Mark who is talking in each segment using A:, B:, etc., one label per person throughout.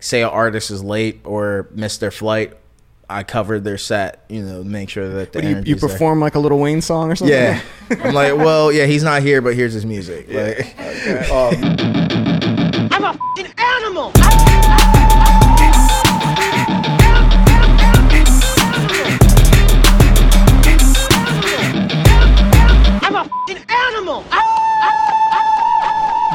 A: say an artist is late or missed their flight, I cover their set, you know, make sure that the
B: What do you, you
A: energy's there.
B: perform like a little Wayne song or something?
A: Yeah, I'm like, well, yeah, he's not here, but here's his music. Like, um,
C: I'm a f***ing animal. I'm a f***ing animal.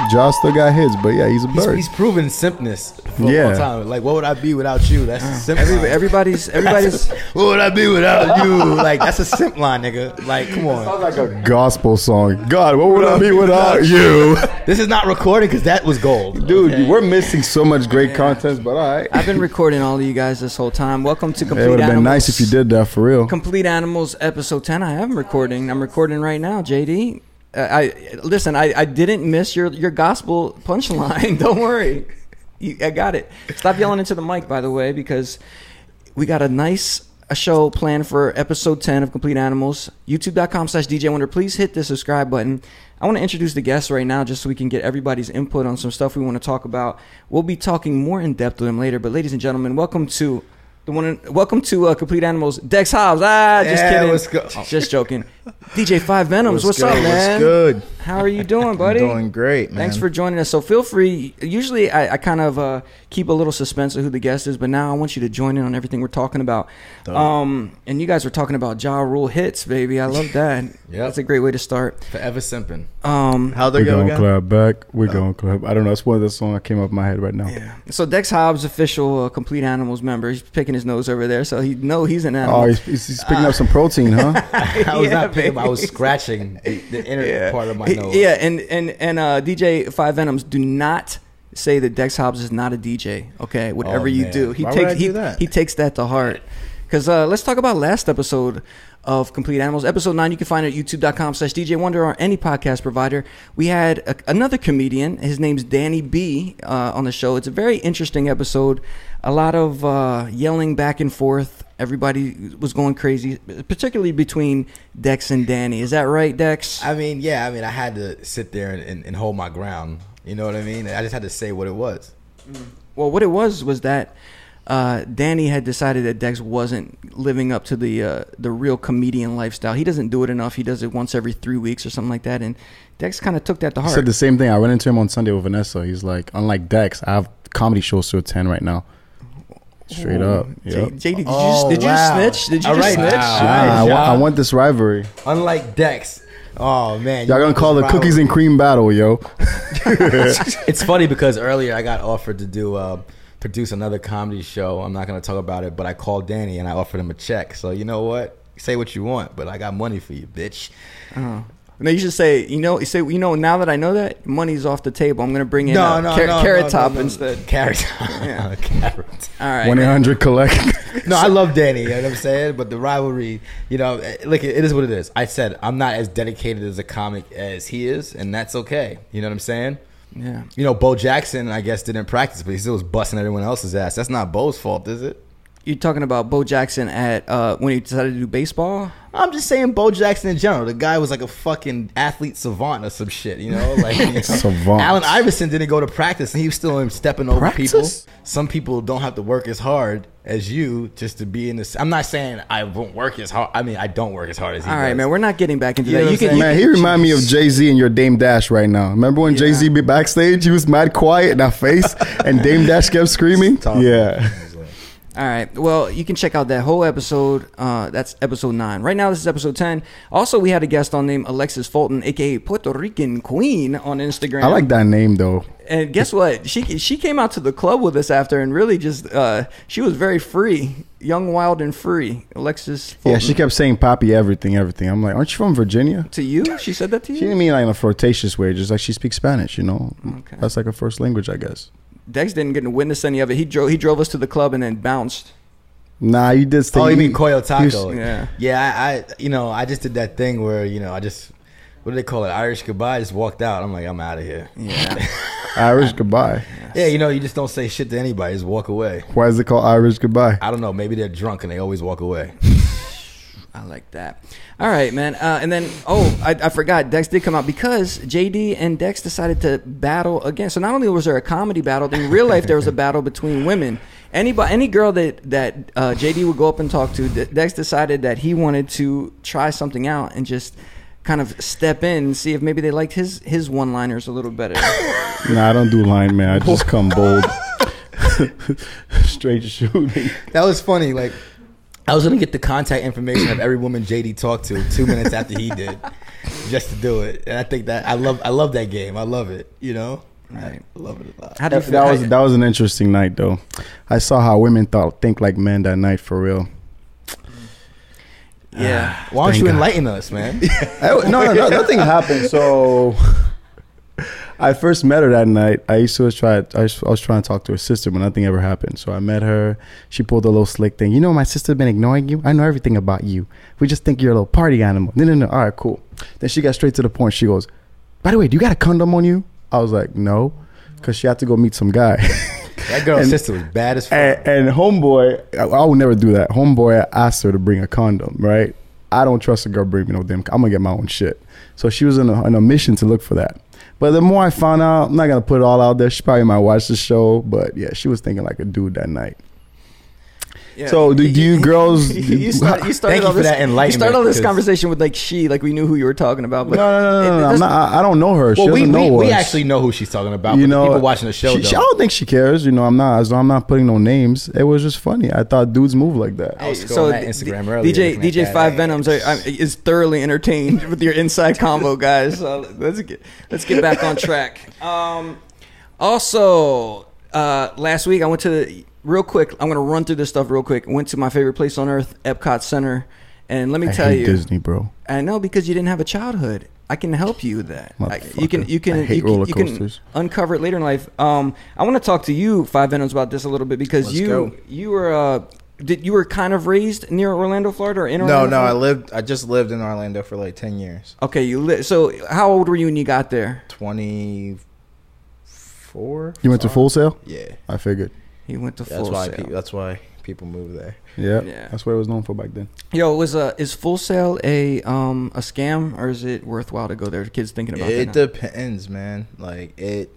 D: Josh still got his, but yeah, he's a
E: He's,
D: bird.
E: he's proven simpness for a
D: Yeah.
E: long time. Like, what would I be without you? That's a simp.
B: Every-
E: line.
B: everybody's everybody's
E: what would I be without you? Like, that's a simp line, nigga. Like, come on.
D: like a gospel song. God, what would I be without you?
E: This is not recorded because that was gold.
D: Dude, we're missing so much great content, but all right.
B: I've been recording all of you guys this whole time. Welcome to Complete
D: It would have been
B: Animals.
D: nice if you did that for real.
B: Complete Animals episode 10. I am recording. I'm recording right now, JD. Uh, I listen, I, I didn't miss your your gospel punchline. Don't worry. You, I got it. Stop yelling into the mic by the way because we got a nice a show planned for episode 10 of Complete Animals. YouTube.com slash DJ Wonder. Please hit the subscribe button. I want to introduce the guests right now just so we can get everybody's input on some stuff we want to talk about. We'll be talking more in depth with them later. But ladies and gentlemen, welcome to the one. and- Welcome to uh, Complete Animals. Dex Hobbs. Ah, just
E: Yeah,
B: kidding.
E: what's go- oh.
B: Just joking. DJ Five Venoms. What's,
A: good,
B: up,
A: what's
B: man?
A: good?
B: How are you doing, buddy?
A: doing great, man.
B: Thanks for joining us. So feel free. Usually, I, I kind of uh, keep a little suspense of who the guest is, but now I want you to join in on everything we're talking about. Um, and you guys were talking about Ja Rule hits, baby. I love that.
E: Yep.
B: that's a great way to start.
E: Forever simping.
B: Um,
A: how they
D: We're
A: go
D: going to
A: again?
D: clap back.
B: Oh.
D: We're going to clap. I don't know. That's one of the songs that came up in my head right now.
B: so Dex Hobbs, official uh, Complete Animals member, he's picking his nose over there, so he know he's an animal.
D: Oh, he's, he's, he's picking up some protein, huh?
E: I was
B: Yeah,
E: not picking. up, I
B: baby.
E: was scratching the, the inner part of my
B: He-
E: nose.
B: Yeah, and and and uh, DJ Five Venoms, do not say that Dex Hobbs is not a DJ. Okay, whatever you
E: man.
B: do, he
A: Why would
B: takes
A: I do
B: he,
A: that?
B: he takes that to heart. Because uh, let's talk about last episode of Complete Animals, episode nine. You can find it at youtube.com slash DJ Wonder or any podcast provider. We had a, another comedian. His name's Danny B uh, on the show. It's a very interesting episode. A lot of uh, yelling back and forth. Everybody was going crazy, particularly between Dex and Danny. Is that right, Dex?
E: I mean, yeah. I mean, I had to sit there and, and, and hold my ground. You know what I mean? I just had to say what it was.
B: Well, what it was was that uh, Danny had decided that Dex wasn't living up to the uh, the real comedian lifestyle. He doesn't do it enough. He does it once every three weeks or something like that. And Dex kind of took that to
D: He
B: heart.
D: said the same thing. I ran into him on Sunday with Vanessa. He's like, unlike Dex, I have comedy shows to attend right now. Straight up.
B: J-
D: Yep.
B: JD, did you,
E: Oh,
B: did you
E: wow.
B: snitch? Did you
E: All
B: just
E: right.
B: snitch?
E: Wow.
D: Ah, I,
E: Nice,
D: wa-
E: y'all.
D: I want this rivalry.
E: Unlike Dex. Oh man,
D: Y'all gonna call the cookies and cream battle, yo.
E: it's funny because earlier I got offered to do uh, produce another comedy show. I'm not gonna talk about it, but I called Danny and I offered him a check. So you know what? Say what you want, but I got money for you, bitch.
B: No, you should say you know you say you know now that I know that money's off the table. I'm gonna bring in
E: No,
B: uh,
E: no,
B: Car-
E: no,
B: carrot
E: no,
B: top
E: no, no.
B: instead.
E: Carrot top. Carrot.
B: All right.
D: One eight hundred collect.
E: No, I love Danny. You know what I'm saying? But the rivalry, you know, eh, look, it is what it is. I said I'm not as dedicated as a comic as he is, and that's okay. You know what I'm saying?
B: yeah.
E: You know, Bo Jackson, I guess, didn't practice, but he still was busting everyone else's ass. That's not Bo's fault, is it?
B: You're talking about Bo Jackson at uh, when he decided to do baseball.
E: I'm just saying Bo Jackson in general. The guy was like a fucking athlete savant or some shit, you know? Like you know?
D: Savant.
E: Allen Iverson didn't go to practice and he was still in stepping over
D: Practice?
E: people. Some people don't have to work as hard as you just to be in this. I'm not saying I won't work as hard. I mean, I don't work as hard as he
B: All right,
E: does.
B: man. We're not getting back into
E: You know
B: that.
E: what
B: You
E: I'm
B: can,
E: saying?
B: you
D: Man, he remind me of Jay Z and your Dame Dash right now. Remember when Jay Z be backstage? He was mad quiet in our face, and Dame Dash kept screaming.
E: Talk.
D: Yeah,
B: All right. Well, you can check out that whole episode. Uh, that's episode nine. Right now, this is episode ten. Also, we had a guest on named Alexis Fulton, aka Puerto Rican Queen, on Instagram.
D: I like that name though.
B: And guess what? She she came out to the club with us after, and really just uh, she was very free, young, wild, and free. Alexis. Fulton.
D: Yeah, she kept saying "Poppy," everything, everything. I'm like, aren't you from Virginia?
B: to you. She said that to
D: She
B: you.
D: didn't mean like in a flirtatious way. Just like she speaks Spanish, you know.
B: Okay.
D: That's like her first language, I guess.
B: Dex didn't get to witness any of it. He drove he drove us to the club and then bounced.
D: Nah, you did. Stay,
E: Oh, you mean Coyo Taco?
B: yeah.
E: Yeah, I, I, you know, I just did that thing where, you know, I just, what do they call it? Irish goodbye. I just walked out. I'm like, I'm out of here.
B: Yeah.
D: Irish goodbye.
E: Yeah, you know, you just don't say shit to anybody. Just walk away.
D: Why is it called Irish goodbye?
E: I don't know. Maybe they're drunk and they always walk away.
B: I like that. All right, man. Uh, and then, oh, I, I forgot. Dex did come out because JD and Dex decided to battle again. So not only was there a comedy battle, in real life there was a battle between women. Anybody, any girl that that uh, JD would go up and talk to, De- Dex decided that he wanted to try something out and just kind of step in and see if maybe they liked his his one liners a little better.
D: Nah, I don't do line man. I just come bold, straight shooting.
E: That was funny. Like, I was gonna get the contact information of every woman JD talked to two minutes after he did, just to do it. And I think that I love I love that game. I love it. You know,
B: Right.
E: I love it a lot.
B: How do you
D: That,
B: feel?
D: that was that was an interesting night though. I saw how women thought think like men that night for real.
B: yeah.
E: Ah, Why don't
D: Thank
E: you
D: God.
E: enlighten us, man?
D: I, no, no, no, nothing happened. So I first met her that night. I used to was try. I was, I was trying to talk to her sister, but nothing ever happened. So I met her. She pulled a little slick thing. You know, my sister's been ignoring you. I know everything about you. We just think you're a little party animal. No, no, no. All right, cool. Then she got straight to the point. She goes, "By the way, do you got a condom on you?" I was like, "No," because she had to go meet some guy.
E: That girl's
D: And- eh,
E: sister was bad as fuck.
D: and, and homeboy, I, I would never do that. Homeboy asked her to bring a condom, right? I don't trust a girl bring me no damn. I'm gonna get my own shit. So she was in a, in a mission to look for that. But the more I found out, I'm not gonna put it all out there. She probably might watch the show, but yeah, she was thinking like a dude that night.
B: Yeah.
D: So do, do you girls?
B: you, start, you started
E: Thank you
B: all
E: for
B: this,
E: that enlightenment,
B: You started all this
E: 'cause-
B: conversation with like she, like we knew who you were talking about.
D: no,
B: But
D: no, no,
B: it-
D: no, no.
B: that's-
D: I'm not, I, I don't know her. She
E: well, we,
D: doesn't know
E: we, we
D: us.
E: actually know who she's talking about. You know, people watching the show.
D: She, she- I
E: though.
D: don't think she cares. You know, I'm not. As I'm not putting no names. It was just funny. I thought dudes move like that.
E: I was scrolling that Instagram
B: D-
E: earlier,
B: DJ
E: looking at
B: DJ
E: that
B: Five
E: ass.
B: Venoms are, I'm, is thoroughly entertained with your inside combo, guys. So let's get let's get back on track. Um, also, uh, last week I went to real quick. I'm gonna run through this stuff real quick. Went to my favorite place on earth, Epcot Center, and let me
D: I
B: tell
D: hate
B: you,
D: Disney, bro.
B: I know because you didn't have a childhood. I can help you with that. I, you can you can
D: Motherfucker. I hate
B: you can,
D: roller
B: you can
D: coasters.
B: uncover it later in life. Um, I want to talk to you Five Venoms about this a little bit because
A: Let's
B: you
A: go.
B: you were uh did you were kind of raised near Orlando, Florida, or in
A: No,
B: Orlando?
A: no, I
B: Florida?
A: lived. I just lived in Orlando for like ten years.
B: okay, you li- so how old were you when you got there?
A: Twenty four.
D: You went to Full Sail?
A: Yeah,
D: I figured.
B: You went to
A: that's
B: Full
A: why.
B: Sail.
A: People, that's why people move there.
D: Yeah.
B: Yeah.
D: That's what it was known for back then.
B: Yo, was uh is Full Sail a um a scam or is it worthwhile to go there? Kids thinking about that.
A: It
B: now.
A: depends, man. Like it.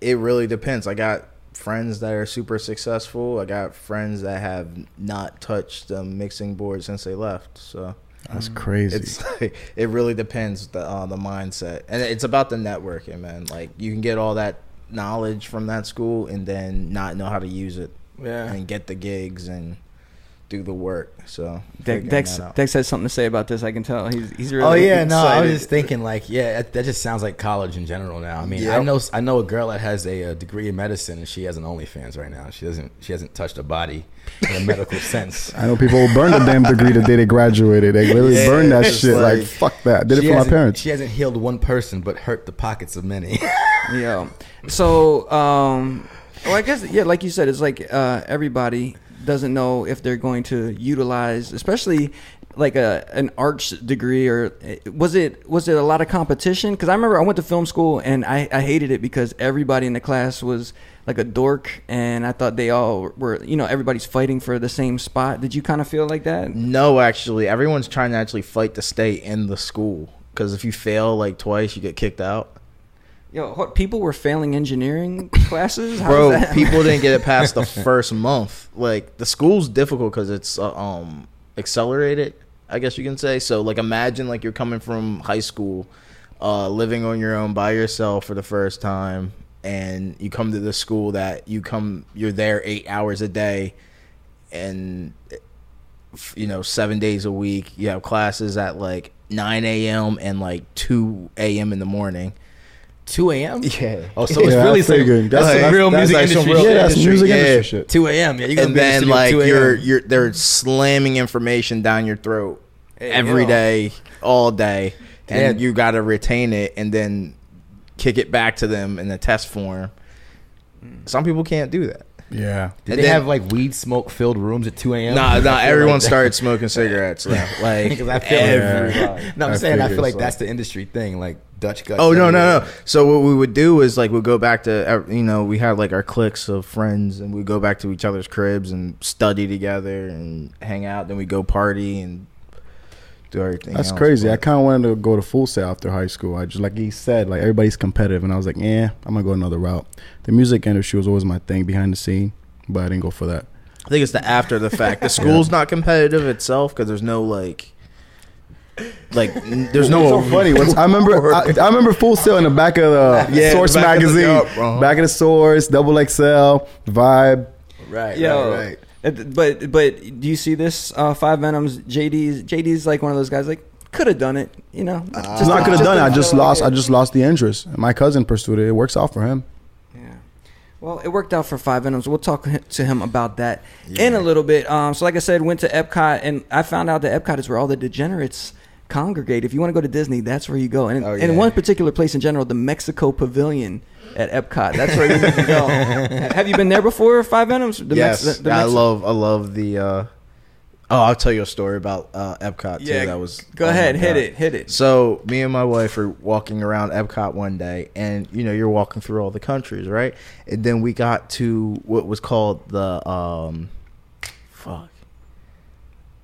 A: It really depends. I got friends that are super successful. I got friends that have not touched the mixing board since they left. So.
D: That's crazy.
A: It's like, it really depends the uh, the mindset, and it's about the networking, man. Like you can get all that knowledge from that school, and then not know how to use it,
E: Yeah.
A: and get the gigs and do the work. So
B: De-
A: figuring
B: Dex
A: that out.
B: Dex has something to say about this. I can tell he's he's really
E: Oh yeah, no, I was
B: excited.
E: just thinking like, yeah, that, that just sounds like college in general now. I mean, I
A: Yep.
E: know I know a girl that has a, uh degree in medicine and she has an OnlyFans right now. She doesn't she hasn't touched a body in a medical sense.
D: I know people who burned a damn degree the day they graduated. They literally
A: Yeah,
D: burned that
A: it's
D: shit. Like,
A: like-
D: fuck that. I did it
E: She
D: for my
E: hasn't-
D: parents.
E: She hasn't healed one person, but hurt the pockets of many.
B: Yeah. So, um, well, I guess yeah, like you said, it's like uh, everybody doesn't know if they're going to utilize, especially like a an arts degree or eh, was it was it a lot of competition? Because I remember I went to film school and I, I hated it because everybody in the class was like a dork and I thought they all were you know everybody's fighting for the same spot. Did you kind of feel like that?
A: no, actually, everyone's trying to actually fight to stay in the school because if you fail like twice, you get kicked out.
B: Yo, what, people were failing engineering classes, How does
A: bro
B: that-
A: people didn't get it past the first month like the school's difficult because it's uh, um accelerated i guess you can say so like imagine like you're coming from high school uh living on your own by yourself for the first time and you come to the school that you come you're there eight hours a day and f- you know seven days a week you have classes at like 9 a.m and like 2 a.m in the morning
E: Two a.m.
A: Yeah.
E: Oh, so it's
D: Yeah, I
E: really some,
D: figured.
E: that's,
D: That's-
E: some
D: that's-
E: real
A: that's
E: music
A: like some
E: industry.
A: real-
E: shit.
D: yeah, that's
A: industry,
D: music
A: yeah.
D: industry shit.
E: Two a.m. Yeah, you're gonna be
A: and
E: in the
A: then
E: studio at
A: like
E: 2 a.m..
A: you're you're they're slamming information down your throat every
E: yo.
A: day, all day, and
E: Yeah.
A: you got to retain it and Hmm. then kick it back to them in the test form. Some people can't do that.
D: Yeah.
E: Did
A: And
E: they
A: then-
E: have like weed smoke filled rooms at 2 a.m.?
A: Nah,
E: I feel
A: nah.
E: like
A: Everyone
E: that-
A: started smoking cigarettes now. Like,
E: because I feel
A: every-
E: like, no, I'm
D: I
E: saying I
D: figured
E: feel like
D: so.
E: that's the industry thing, like Dutch guts.
A: Oh no, no, no.
E: everywhere.
A: So what we would do is like we'd go back to ev- you know we had like our cliques of friends and we'd go back to each other's cribs and study together and hang out. Then we go party and do everything.
D: That's
A: else,
D: crazy. I
A: but-
D: kind of wanted to go to full sail after high school. I just like he said, like everybody's competitive, and I was like, yeah, I'm gonna go another route. The music industry was always my thing behind the scene, but I didn't go for that.
A: I think it's the after the fact. The school's not competitive itself because there's no like, like n- there's no.
D: It's so funny. What's, I remember, I, I remember Full Sail in the back of the
A: Yeah,
D: Source
A: back of the-
D: magazine,
A: yup, uh-huh.
D: back of the Source, Double XL, Vibe.
E: Right,
B: Yo,
E: right, right.
B: it- but but do you see this? Uh, Five Venoms. JD's JD's like one of those guys. Like could have done it. You know,
D: Just I could have done it. I
B: didn't
D: just
B: feel like
D: lost.
B: it.
D: I just lost the interest. My cousin pursued it. It works out for him.
B: Yeah. Well, it worked out for Five Venoms. We'll talk hi- to him about that in a little bit. Um, so, like I said, went to Epcot, and I found out that Epcot is where all the degenerates congregate. If you want to go to Disney, that's where you go. And in,
E: Oh,
B: and
E: yeah.
B: one particular place in general, the Mexico Pavilion at Epcot. That's where you need to go. Have you been there before, Five Venoms? The
A: yes,
B: Mex- the- the
A: I
B: Mex-
A: love. I love the. uh Oh, I'll tell you a story about uh, Epcot too.
B: Yeah,
A: that was.
B: go
A: oh my
B: ahead, hit
A: God.
B: it, hit it.
A: So me and my wife are walking around Epcot one day, and you know you're walking through all the countries, right? And then we got to what was called the um, fuck.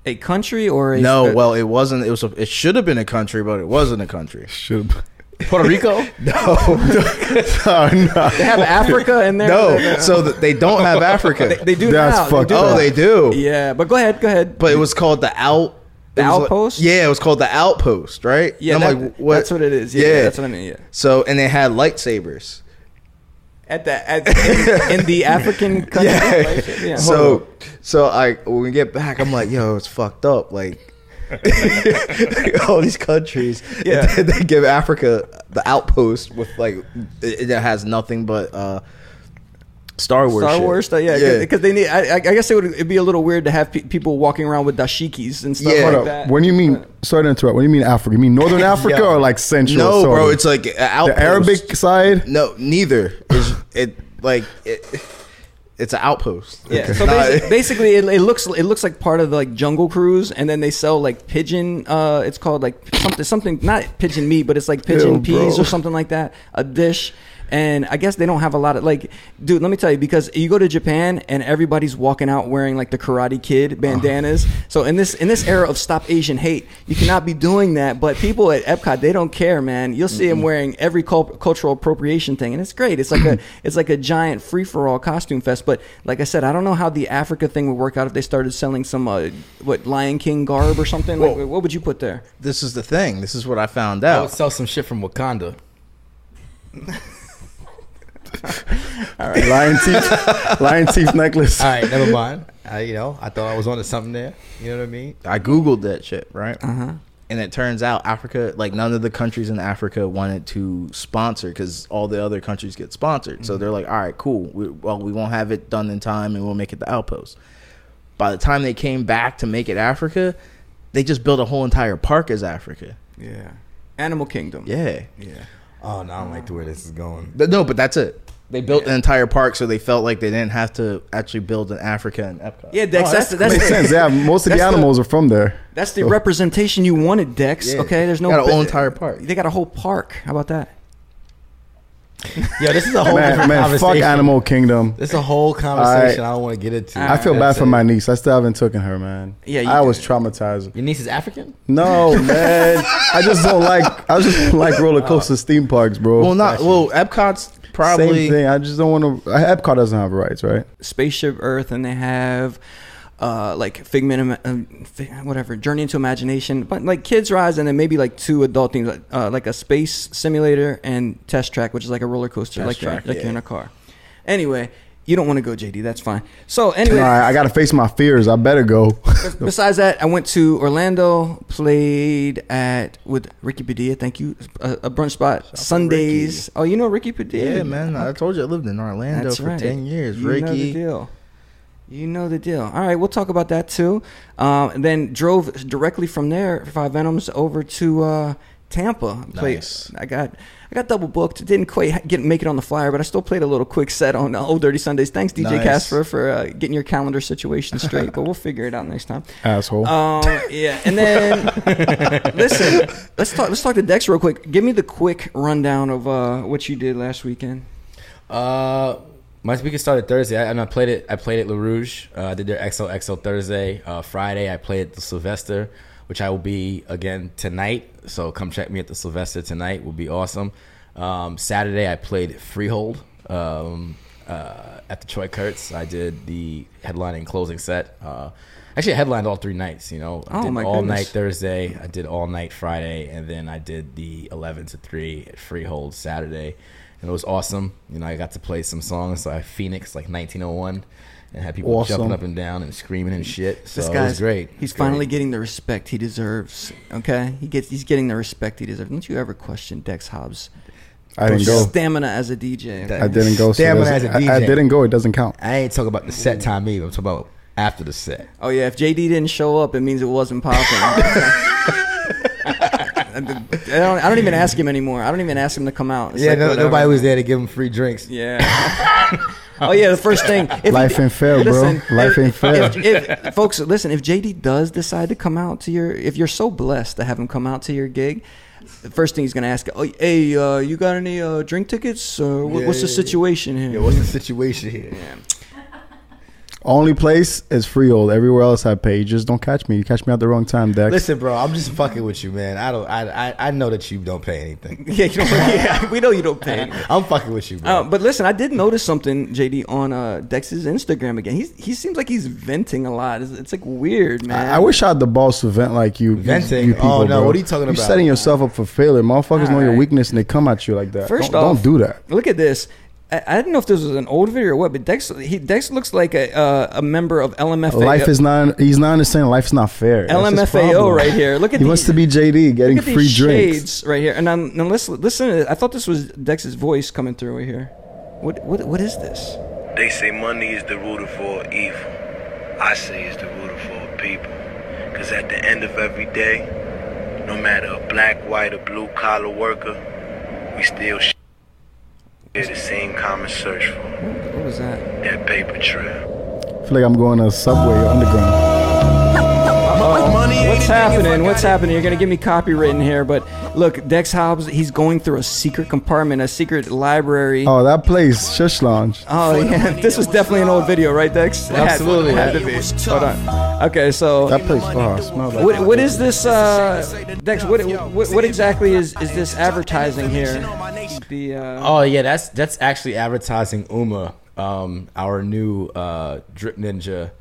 B: A country or a
A: No,
B: a-
A: well it wasn't. It was. A, it should have been a country, but it wasn't a country.
D: Should
E: Puerto Rico.
D: no, no.
B: they have Africa in there.
A: No, so th- they don't have Africa.
B: they, they do
D: That's
B: now.
D: fucked
B: they do
D: up.
A: oh,
B: now.
A: they do.
B: Yeah, but go ahead, go ahead.
A: But it was called the out.
B: The
A: it was like-
B: outpost?
A: yeah, it was called the outpost, right?
B: yeah,
A: And
B: that- that's what it is. Yeah, that's what I mean. Yeah.
A: So and they had lightsabers.
B: At the at, in, in the African country.
A: Yeah.
B: like, yeah. Hold
A: so so I when we get back, I'm like, yo, it's fucked up. Like all these countries,
B: Yeah.
A: And then they give Africa the outpost with like it, it has nothing but uh, Star
B: on.
A: Wars.
B: Star
A: shit.
B: Wars stuff, yeah, because they need. I, I I guess it would it'd be a little weird to have pe- people walking around with dashikis and stuff
A: Yeah.
B: like
D: Hold up.
B: that.
D: When you mean, sorry to interrupt. When you mean Africa, you mean Northern Africa or like Central?
A: no,
D: Sorry.
A: bro, it's like a outpost.
D: the Arabic side.
A: No, neither. It's, it like it, it's an outpost.
B: yeah,
A: It's
B: so
A: not-
B: basi- basically, it, it looks it looks like part of like Jungle Cruise, and then they sell like pigeon. Uh, it's called like something something not pigeon meat, but it's like pigeon
D: Ew,
B: peas
D: bro.
B: or something like that. A dish, and I guess they don't have a lot of like, dude. Let me tell you, because you go to Japan and everybody's walking out wearing like the Karate Kid bandanas. So in this in this era of Stop Asian Hate, you cannot be doing that. But people at Epcot, they don't care, man. You'll see them wearing every cul- cultural appropriation thing, and it's great. It's like a it's like a giant free for all costume fest. But like I said, I don't know how the Africa thing would work out if they started selling some uh, what Lion King garb or something. Like,
A: Well-
B: what would you put there?
A: this is the thing. This is what I found
E: I would
A: out.
E: sell some shit from Wakanda.
D: Lion teeth, lion teeth necklace.
E: All right, never mind. I, you know, I thought I was onto something there. You know what I mean?
A: I googled that shit, right? And it turns out Africa, like none of the countries in Africa wanted to sponsor because all the other countries get sponsored. So they're like, all right, cool. We, well, we won't have it done in time, and we'll make it the outpost. By the time they came back to make it Africa, they just built a whole entire park as Africa.
E: Yeah,
B: Animal Kingdom.
A: Yeah.
E: yeah. Oh no, I don't like the way this is going.
A: Th- No, but that's it. They built an entire park, so they felt like they didn't have to actually build an Africa in Epcot.
B: Yeah, Dex. that's, that's,
D: Makes
B: the,
D: sense. Yeah, most of the
B: That's the-
D: animals are from there.
B: that's the representation you wanted, Dex.
A: Yeah.
B: Okay, there's no
A: Got a whole entire park.
B: They got a whole park. How about that?
E: Yo, this is a whole
D: Man,
E: different
D: man fuck
E: conversation.
D: Animal Kingdom.
E: This is a whole conversation I don't want to get into.
D: I feel bad
E: That's
D: for
E: it.
D: my niece. I still haven't taken her, man.
B: Yeah, you
D: I was
B: did.
D: traumatized.
E: Your niece is African.
D: No, man. I just don't like. I just don't like roller coasters, theme parks, bro.
A: Well, not well. Epcot's probably
D: Same thing. I just don't want to. Epcot doesn't have rights, right?
B: Spaceship Earth, and they have uh, like Figment, Ima- um, Fi- whatever, Journey into Imagination, but like Kids Rise, and then maybe like two adult things, like, uh, like a space simulator and Test Track, which is like a roller coaster, like, you're,
A: Track,
B: like you're
A: yeah.
B: in a car. Anyway, you don't want to go, JD. That's fine. So anyway,
D: All right, I gotta face my fears. I better go.
B: Besides that, I went to Orlando, played at with Ricky Padilla. Thank you, a, a brunch spot Sundays. Oh, you know Ricky Padilla?
A: Yeah, man. I told you I lived in Orlando
B: That's
A: for
B: right.
A: ten years.
B: You know the
A: Ricky,
B: deal. You know the deal. All right, we'll talk about that too. Um, and then drove directly from there, Five Venoms, over to uh, Tampa. I played.
A: Nice.
B: I got I got double booked. Didn't quite get make it on the flyer, but I still played a little quick set on uh, Old Dirty Sundays. Thanks, DJ
D: Nice.
B: Casper, for uh, getting your calendar situation straight. but we'll figure it out next time.
D: Asshole.
B: Um, yeah, and then listen, let's talk. Let's talk to Dex real quick. Give me the quick rundown of uh, what you did last weekend.
E: Uh, my weekend started Thursday, I, and I played it. I played at La Rouge. Uh, I did their XOXO Thursday. Uh, Friday, I played at the Sylvester, which I will be again tonight. So come check me at the Sylvester tonight. Will be awesome. Um, Saturday, I played Freehold um, uh, at the Troy Kurtz. I did the headlining closing set. Uh, actually, I headlined all three nights. You know, I
B: Oh,
E: did
B: my
E: all
B: goodness.
E: night Thursday. I did all night Friday, and then I did the 11 to 3 at Freehold Saturday, and it was awesome. You know, I got to play some songs. So I Phoenix like 1901, and had people
D: Awesome.
E: jumping up and down and screaming and shit. So
B: This
E: it was
B: guy's
E: great.
B: He's
E: Great.
B: finally getting the respect he deserves. Okay, he gets. He's getting the respect he deserves. Don't you ever question Dex Hobbs'
D: I didn't go.
B: stamina as a DJ. okay?
D: I didn't go. So
E: Stamina
D: it doesn't-
E: as a
D: I- I
E: DJ.
D: didn't go. It doesn't count.
E: I ain't talking about the set time either. I'm talking about after the set.
B: Oh yeah, if JD didn't show up, it means it wasn't popping. I don't. I don't even ask him anymore. I don't even ask him to come out. It's
E: yeah,
B: like,
E: no,
B: whatever.
E: nobody was there to give him free drinks.
B: Yeah. oh yeah, the first thing. If
D: Life ain't fair, bro. Life ain't fair.
B: If, if- folks, listen. If JD does decide to come out to your, if you're so blessed to have him come out to your gig, the first thing he's gonna ask, oh, "Hey, uh, you got any uh, drink tickets? Uh, wha-
E: Yeah,
B: what's the
E: yeah, yeah.
B: situation here?"
E: Yo, what's the situation here?
D: Only place is Freehold. Everywhere else I pay. You just don't catch me. You catch me at the wrong time, Dex.
E: Listen, bro, I'm just fucking with you, man. I don't. I, I I know that you don't pay anything.
B: Yeah, you don't, yeah, we know you don't pay.
E: I'm fucking with you, bro.
B: Uh, but listen, I did notice something, JD, on uh, Dex's Instagram again. He's, he seems like he's venting a lot. It's, it's like weird, man.
D: I, I wish I had the balls to vent like you. you-
E: Venting?
D: You people,
E: Oh, no,
D: bro.
E: what are you talking about?
D: You're setting yourself up for failure. Motherfuckers know your
B: Alright.
D: weakness and they come at you like that.
B: 1st
D: don't,
B: off,
D: don't do that.
B: Look at this. I, I didn't know if this was an old video or what, but Dex he Dex looks like a uh, a member of LMFAO.
D: Life is not. He's not understanding. Life's not fair. That's his
B: LMFAO
D: problem.
B: right here. Look at
D: He
B: the-
D: wants to be JD, getting
B: Look at these
D: free drinks.
B: shades right here. And I'm, now listen, listen. I thought this was Dex's voice coming through right here. What what what is this?
F: They say money is the root of all evil. I say it's the root of all people. Cause at the end of every day, no matter a black, white, or blue collar worker, we still share the same common search for
B: What was that?
F: that paper trail.
D: I feel like I'm going to Subway or Underground.
B: What's happening? What's happening? You're gonna give me copywritten here, but look, Dex Hobbs, he's going through a secret compartment, a secret library.
D: Oh, that place, Shush Lounge.
B: Oh yeah, this was definitely an old video, right, Dex? Oh, It had-
E: Absolutely.
B: had to be. Hold on. Okay, so
D: That place. Oh, it smells like.
B: what, what is this, uh, Dex? What, what what exactly is is this advertising here? The uh,
E: Oh yeah, that's that's actually advertising Uma, um, our new uh, Drip Ninja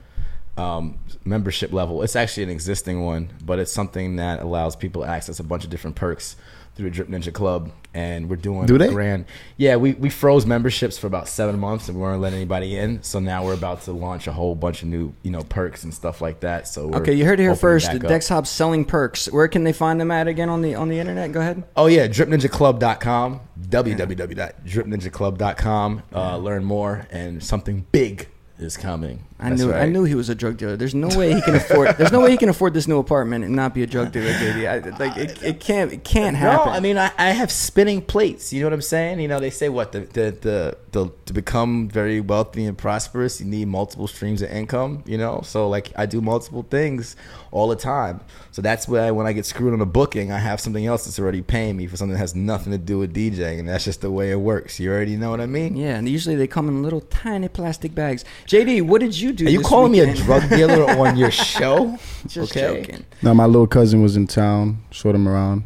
E: um, membership level. It's actually an existing one, but it's something that allows people to access a bunch of different perks through the Drip Ninja Club. And we're doing
D: Do
E: a
D: they?
E: grand. Yeah, we, we froze memberships for about seven months and we weren't letting anybody in. So now we're about to launch a whole bunch of new you know perks and stuff like that. So we're
B: okay, you heard it here
E: opening
B: first.
E: back up.
B: Dex Hobbs selling perks. Where can they find them at again on the on the internet? Go ahead.
E: Oh yeah, dripninjaclub.com, www.dripninjaclub.com. Uh, learn more, and something big is coming.
B: I
E: That's
B: knew I
E: right.
B: knew he was a drug dealer. There's no way he can afford. there's no way he can afford this new apartment and not be a drug dealer, baby. I, like it, it can't it can't
E: No,
B: happen.
E: I mean I, I have spinning plates. You know what I'm saying? You know they say what the the, the the to become very wealthy and prosperous, you need multiple streams of income. You know, so like I do multiple things all the time. So that's why when I get screwed on a booking, I have something else that's already paying me for something that has nothing to do with DJing, and that's just the way it works. You already know what I mean?
B: yeah, and usually they come in little tiny plastic bags. JD, what did you do?
E: Are you
B: this
E: calling me a
B: weekend?
E: drug dealer on your show?
B: Just joking.
D: Now my little cousin was in town. Showed him around.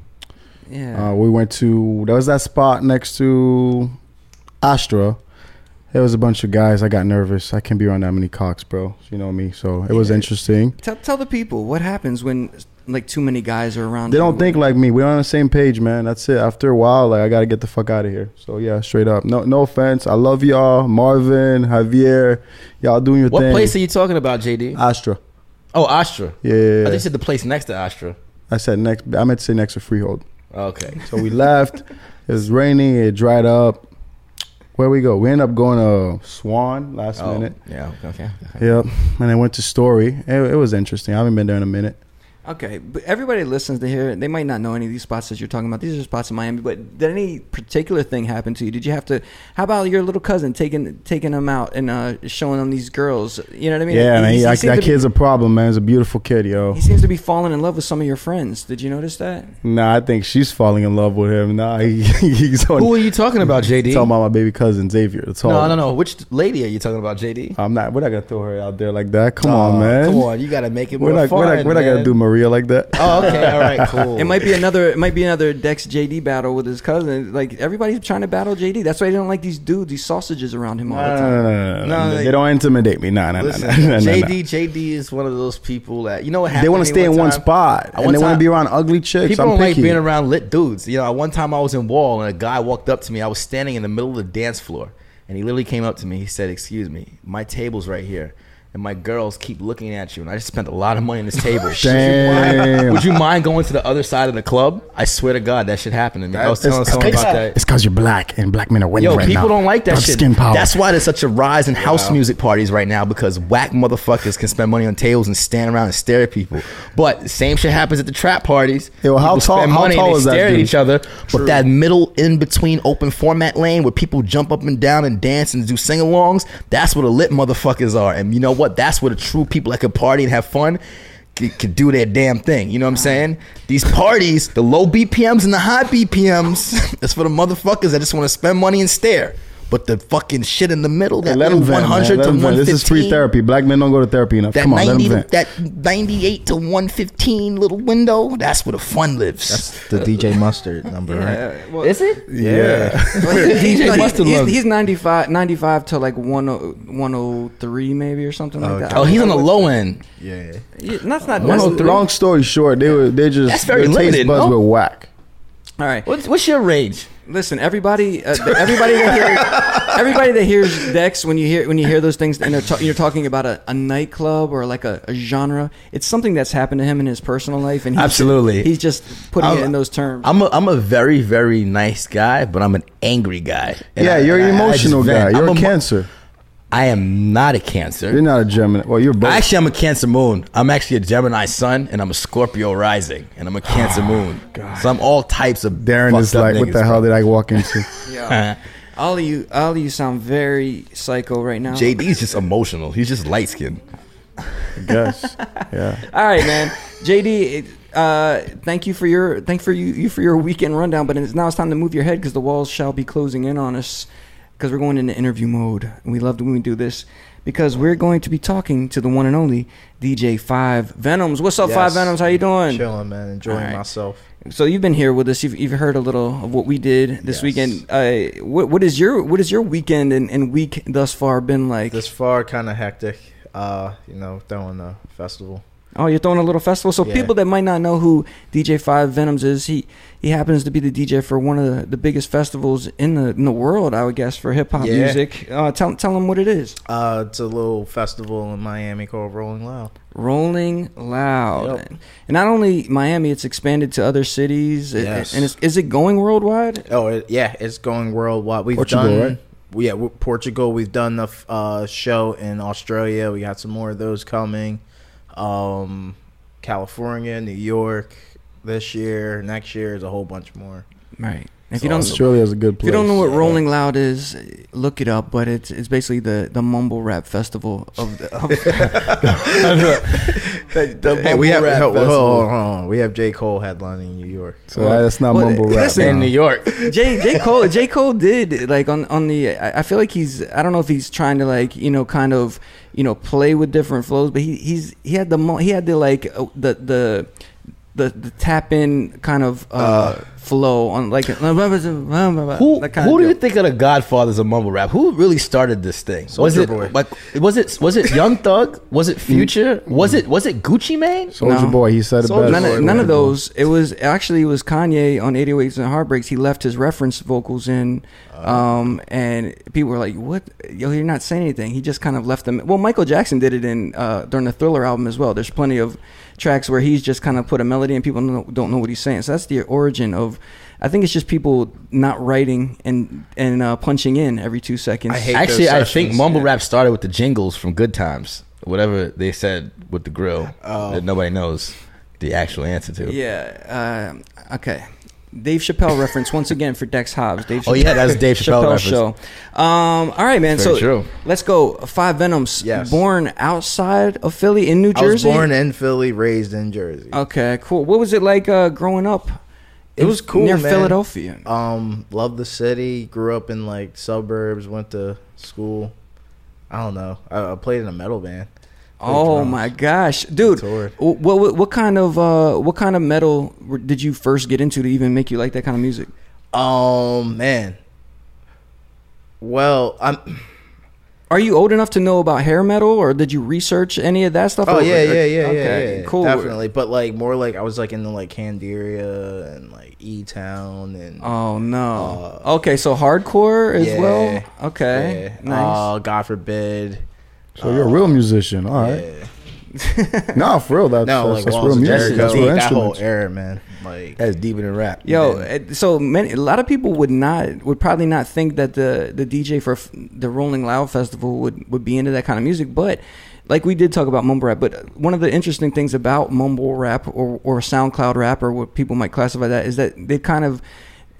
B: Yeah.
D: Uh, we went to there was that spot next to Astra. There was a bunch of guys. I got nervous. I can't be around that many cocks, bro. You know me. So it was interesting.
B: tell tell the people what happens when like too many guys are around.
D: They
B: you.
D: don't think like me. We're on the same page, man. That's it. After a while, like I gotta get the fuck out of here. So yeah, straight up. No, no offense. I love y'all, Marvin, Javier. Y'all doing your
E: What
D: thing.
E: place are you talking about, JD?
D: Astra.
E: Oh, Astra.
D: Yeah,
E: I
D: yeah,
E: think
D: yeah.
E: you said the place next to Astra.
D: I said next. I meant to say next to Freehold.
E: Okay.
D: So we left. It was raining. It dried up. Where we go? We ended up going to Swan last
E: Oh,
D: minute.
E: yeah. Okay.
D: Yep. And I went to Story. It, it was interesting. I haven't been there in a minute.
B: Okay, but everybody listens to here. They might not know any of these spots that you're talking about. These are spots in Miami. But did any particular thing happen to you? Did you have to? How about your little cousin taking taking them out and uh, showing them these girls? You know what I mean?
D: Yeah,
B: He-
D: man. He,
B: he
D: that,
B: seemed
D: that
B: to be-
D: kid's a problem, man. He's a beautiful kid, yo.
B: He seems to be falling in love with some of your friends. Did you notice that?
D: Nah, I think she's falling in love with him. Nah, he, he's on.
E: Who are you talking about, JD?
D: talking about my baby cousin Xavier. That's all.
E: no, no, no. Which lady are you talking about, JD?
D: I'm not. We're not gonna throw her out there like that. Come
E: Aw,
D: on, man.
E: Come on, you gotta make it.
D: We're
E: more
D: not. We're not,
E: fun,
D: we're not gonna
E: man.
D: do Maria like that.
E: Oh, okay. All right. Cool.
B: It might be another. It might be another Dex JD battle with his cousin. Like everybody's trying to battle JD. That's why they don't like these dudes, these sausages around him all the
D: No,
B: time.
D: no, no, no,
E: No,
D: no, no.
E: they-
D: They, don't intimidate me. Nah, nah, nah, nah,
E: Listen,
D: nah, nah, nah.
E: JD, JD is one of those people that you know what happened.
D: They want
E: to
D: to stay in one
E: time?
D: spot,
E: At
D: and
E: one
D: they want
E: time-
D: to be around ugly chicks.
E: People
D: I'm
E: don't like
D: picky.
E: being around lit dudes. You know, at one time I was in Wall and a guy walked up to me. I was standing in the middle of the dance floor and he literally came up to me. He said, Excuse me, my table's right here. And my girls keep looking at you, and I just spent a lot of money on this table. Would you mind- Would you mind going to the other side of the club? I swear to God, that shit happened to me. I was telling
D: It's-
E: someone
D: it's-
E: about that.
D: It's because you're black, and black men are winning
E: Yo,
D: right
E: people
D: now.
E: don't like that
D: Dark
E: shit.
D: Skin power.
E: That's why there's such a rise in house music parties right now because whack motherfuckers can spend money on tables and stand around and stare at people. But the same shit happens at the trap parties.
D: Yo, how
E: People
D: tall-
E: spend
D: how
E: money and
D: tall
E: they
D: is that
E: stare at
D: dude?
E: each other. But that middle in between open format lane where people jump up and down and dance and do sing alongs, that's where the lit motherfuckers are. And you know what? That's where the true people that could party and have fun. c- Could do their damn thing, you know what I'm saying? These parties, the low BPMs and the high BPMs, it's for the motherfuckers that just want to spend money and stare. But the fucking shit in the middle, that
D: Hey, let
E: little
D: them vent,
E: 100
D: 100
E: to
D: let them vent.
E: 115,
D: This is free therapy. Black men don't go to therapy enough.
E: that
D: Come on, let them
E: 90,
D: vent.
E: that 98 to 115 little window, that's where the fun lives.
A: That's the DJ Mustard number, right?
B: Uh, well-
E: is it?
D: yeah.
B: he's,
E: DJ
B: like-
E: must've
B: he's,
E: loved it.
B: he's 95, 95 to like oh, 10 103 maybe or something like that.
E: Oh, he's oh on the low end.
A: Yeah.
B: Yeah, that's not that's,
D: Long- Long story short, they were they just
E: That's very
D: their
E: limited,
D: taste buds
E: no?
D: were whack.
B: All right,
E: What's, what's your range?
B: listen, everybody, uh, th- everybody that hears, everybody that hears Dex when you hear when you hear those things and they're ta- you're talking about a, a nightclub or like a, a genre, it's something that's happened to him in his personal life, and he's
E: Absolutely.
B: he's just putting it
E: I'm-
B: in those terms.
E: I'm a, I'm a very, very nice guy, but I'm an angry guy. And
D: yeah,
E: I-
D: you're an
E: and I- I just
D: emotional guy.
E: vent.
D: You're
E: I'm
D: a
E: emo-
D: cancer.
E: I am not a cancer.
D: You're not a Gemini. Well, you're both.
E: Actually, I'm a Cancer Moon. I'm actually a Gemini Sun, and I'm a Scorpio Rising, and I'm a Cancer Moon. So I'm all types of
D: Darren
E: fucked
D: is
E: up
D: like, what
E: niggas,
D: the hell
E: bro.
D: did I walk into?
B: yeah. All of you, all of you sound very psycho right now.
E: JD's just emotional. He's just light skinned.
D: I guess. Yeah.
B: All right, man. JD, uh, thank you for your thank for you, you for your weekend rundown. But it's, now it's time to move your head because the walls shall be closing in on us because we're going into interview mode. And we love when we do this because we're going to be talking to the one and only DJ Five Venoms. What's up, Five
A: Yes.
B: Venoms? How you doing?
A: Chilling, man. Enjoying
B: Alright.
A: myself.
B: So you've been here with us. You've, you've heard a little of what we did this
A: Yes.
B: weekend. Uh, what what is your what is your weekend and, and week thus far been like?
A: This far, kind of hectic. Uh, you know, throwing a festival.
B: Oh, you're throwing a little festival. So
A: Yeah.
B: people that might not know who DJ Five Venoms is, he he happens to be the DJ for one of the, the biggest festivals in the in the world, I would guess, for hip hop
A: Yeah.
B: music. Uh, tell tell them what it is.
A: Uh, it's a little festival in Miami called Rolling Loud.
B: Rolling Loud,
A: Yep.
B: and not only Miami, it's expanded to other cities. It-
A: Yes.
B: and it's, is it going worldwide?
A: Oh it, yeah, it's going worldwide. We've
D: Portugal,
A: done
D: right?
A: we- yeah, we're- Portugal. We've done the f- uh, show in Australia. We got some more of those coming. Um, California, New York this year, next year is a whole bunch more.
B: Right. If you don't
D: Australia's a good
B: if
D: place.
B: you don't know what Rolling Loud is, look it up. But it's it's basically the, the mumble rap festival of the, of,
A: Hey, we have
E: Mumble Rap
A: hold, hold,
E: Festival.
A: hold on. we have J Cole headlining in New York.
D: So that's not
B: Well,
D: mumble rap.
B: listen,
D: no.
E: in New York.
B: J J Cole J Cole did like on on the I I feel like he's I don't know if he's trying to like you know kind of you know play with different flows but he he's he had the mo- he had the like uh, the the the, the tap in kind of uh, flow on like
E: Who,
B: who,
E: who do you think are the godfathers of mumble rap? Who really started this thing? was
A: Soulja
E: it
A: Boy.
E: like was it was it Young Thug? Was it Future? Was it was it Gucci Mane?
D: Soldier
B: No.
D: Boy, he said it
A: Soulja
D: best.
B: None,
A: Boy,
B: of, none of
A: Boy.
B: those. It was actually it was Kanye on 808s and Heartbreaks. He left his reference vocals in,
A: Uh-huh.
B: um, and people were like, "What? Yo, you're not saying anything." He just kind of left them. Well, Michael Jackson did it in uh, during the Thriller album as well. There's plenty of tracks where he's just kind of put a melody and people don't know- don't know what he's saying. So that's the origin of. I think it's just people not writing and and uh, punching in every two seconds.
A: I hate those
E: Actually, I think
A: sessions,
E: mumble
A: yeah.
E: rap started with the jingles from Good Times, whatever they said with the grill that nobody knows. the actual answer to.
B: Yeah. um okay. Dave Chappelle reference once again for Dex Hobbs. Dave
E: Oh, yeah, that's Dave Chappelle reference.
B: show. Um, all right, man.
E: Very
B: so
E: true.
B: let's go. Five Venoms.
A: Yes.
B: Born outside of Philly in New
A: I was
B: Jersey.
A: born in Philly, raised in Jersey.
B: Okay, cool. What was it like uh, growing up?
A: It was cool,
B: near
A: man.
B: Philadelphia.
A: Um, loved the city. Grew up in like suburbs. Went to school. I don't know. I, I played in a metal band. Played
B: Oh
A: drums.
B: my gosh, dude!
A: Toured.
B: wh- What, what what kind of uh, what kind of metal were- did you first get into to even make you like that kind of music?
A: Um, man. Well, I'm.
B: Are you old enough to know about hair metal, or did you research any of that stuff?
A: Oh
B: Or-
A: yeah,
B: or-
A: yeah, yeah,
B: okay,
A: yeah, yeah.
B: cool.
A: definitely. But like more like I was like into like Candiria and like E Town and
B: Oh no. okay, so hardcore as
A: Uh, yeah,
B: well. Okay,
A: yeah.
B: nice.
A: Oh, God forbid.
D: So you're a real musician, all right?
A: Yeah.
D: Nah, for real, that's
A: No,
D: that's,
A: like
D: that's
A: Walls
D: real
A: of
D: music.
A: Jericho,
D: That's real
A: that whole
D: instruments.
A: era, man. Like
E: That's deeper than rap.
B: Yo,
E: Man.
B: it- so many a lot of people would not would probably not think that the the DJ for f- the Rolling Loud Festival would would be into that kind of music, but like we did talk about mumble rap, but one of the interesting things about mumble rap or or SoundCloud rap or what people might classify that is that they kind of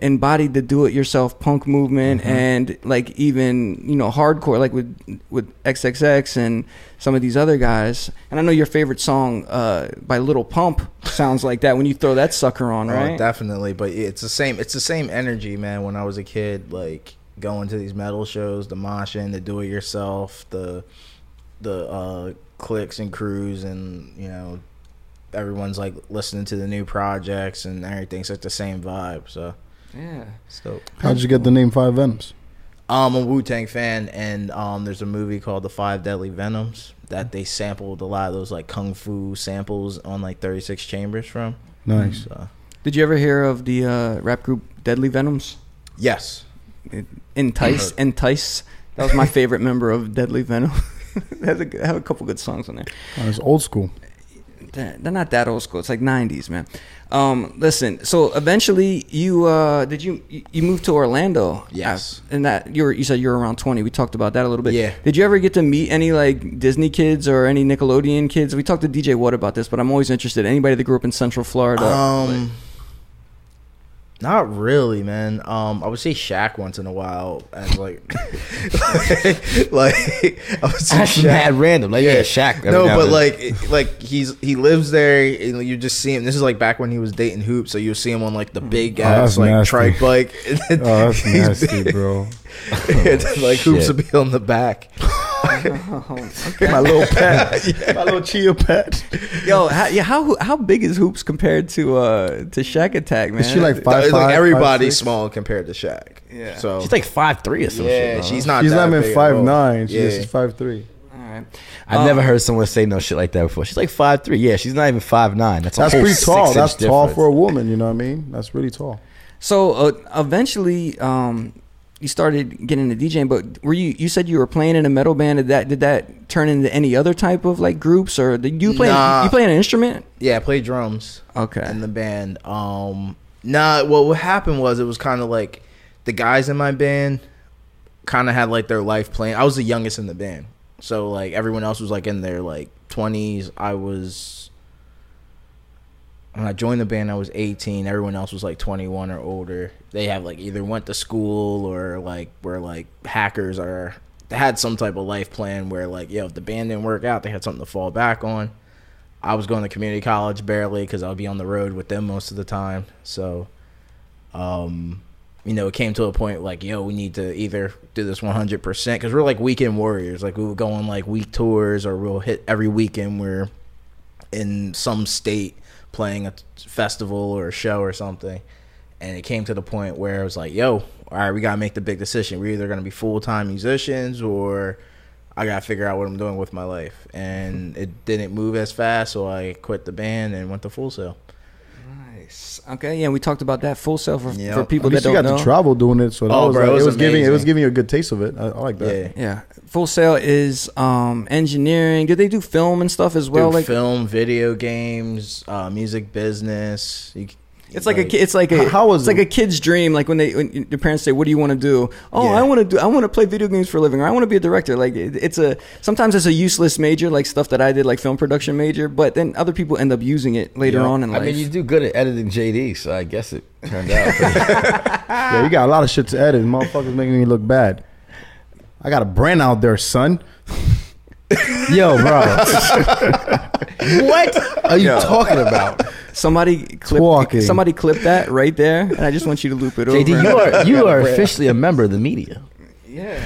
B: embodied the do-it-yourself punk movement and like even you know hardcore like with with XXX and some of these other guys and I know your favorite song uh, by Little Pump sounds like that when you throw that sucker on
A: Oh,
B: right
A: definitely. But it's the same. It's the same energy, man. When I was a kid, like going to these metal shows, the moshing, the do it yourself, the the uh, clicks and crews, and you know, everyone's like listening to the new projects and everything's like the same vibe. So,
B: Yeah.
A: so
D: How'd you get the name Five Venoms?
A: I'm a Wu Tang fan, and um, there's a movie called The Five Deadly Venoms that they sampled a lot of those like kung fu samples on like 36 Chambers from.
D: Nice.
A: So,
B: Did you ever hear of the uh, rap group Deadly Venoms?
A: yes.
B: Entice, Entice. That was my favorite member of Deadly Venom. they have a, good- have a couple good songs on there.
D: Oh, it's old school.
B: They're they're not that old school. It's like '90s, man. Um, listen. So eventually, you uh, did you you you moved to Orlando?
A: Yes.
B: Uh, And that you were you said you were around 20. We talked about that a little bit.
A: Yeah.
B: Did you ever get to meet any like Disney kids or any Nickelodeon kids? We talked to DJ What about this, but I'm always interested. Anybody that grew up in Central Florida?
A: Um, not really, man. Um, I would say Shaq once in a while, and like, like I would say
E: That's
A: Shaq.
E: mad random. Like, yeah, Shaq. every
A: No,
E: now
A: but
E: and then.
A: like, it- like he's he lives there, and you just see him. This is like back when he was dating Hoop, so you see him on like the big ass
D: Oh, that's
A: like
D: nasty.
A: trike bike. and then
D: Oh, that's
A: he's-
D: nasty, bro.
A: and then, like Hoops
E: Shit.
A: would be on the back.
D: My little pet. My little chia pet.
B: Yo, how, yeah, how how big is hoops compared to uh to Shack Attack, man?
D: Is she like five
A: It's
D: five?
A: like
D: five,
A: everybody's
D: six?
A: small compared to Shaq.
B: Yeah.
A: so
E: she's like five three or some shit.
A: yeah,
E: no?
A: she's not.
D: She's
A: that
D: not
A: big
D: even
A: at
D: five
A: all.
D: nine. She's
A: Yeah.
D: five three.
B: All right.
E: I've never heard someone say no shit like that before. She's like five three. Yeah, she's not even five nine. That's a
D: That's
E: whole
D: pretty tall.
E: six-inch
D: That's tall
E: difference.
D: for a woman. You know what I mean? That's really tall.
B: So uh, eventually, um, you started getting into DJing, but were you you said you were playing in a metal band? Did that did that turn into any other type of like groups or did you play
A: Nah.
B: you play an instrument?
A: Yeah, I play drums.
B: Okay.
A: In the band. Um nah well what happened was it was kinda like the guys in my band kinda had like their life plan. I was the youngest in the band. So like everyone else was like in their like twenties. I was when I joined the band I was eighteen. Everyone else was like twenty one or older. They have like either went to school or like were like hackers or they had some type of life plan where like, yo, if the band didn't work out, they had something to fall back on. I was going to community college barely because I'd be on the road with them most of the time. So, um, you know, it came to a point like, yo, we need to either do this 100% because we're like weekend warriors. Like, we would go on like week tours or we'll hit every weekend. We're in some state playing a t- festival or a show or something. And it came to the point where it was like, yo, all right, we got to make the big decision. We're either going to be full time musicians or I got to figure out what I'm doing with my life. And it didn't move as fast, so I quit the band and went to full sale.
B: Nice. Okay, yeah, we talked about that full cell for,
A: Yeah.
B: for people
D: At
B: that
D: least you
B: don't
D: got
B: know.
D: to travel doing it, so that
A: Oh,
D: was
A: bro,
D: like-
A: it
D: it
A: was
D: was giving it was
A: amazing.
D: giving you a good taste of it. I, I like that.
A: Yeah.
B: Yeah, Full Sail is um, engineering. Did they do film and stuff as well?
A: Dude,
B: like
A: film, video games, uh, music business. You, c-
B: It's like a ki- it's like a
D: How- how was
B: it's like
D: it?
B: a kid's dream. Like when they when your parents say, "What do you want to do?" Oh,
E: Yeah.
B: I want to do I want to play video games for a living, or I want to be a director. Like it- it's a sometimes it's a useless major, like stuff that I did, like film production major. But then other people end up using it later on in
E: I
B: life.
E: mean, you do good at editing JD, so I guess it turned out. pretty-
D: Yeah,
B: Ah.
D: you got a lot of shit to edit. Motherfuckers making me look bad. I got a brand out there, son. Yo, bro.
E: what are you talking about?
B: somebody clip
D: walking.
B: somebody clip that right there, and I just want you to loop it over.
E: JD, you are you are officially a member of the media.
B: yeah,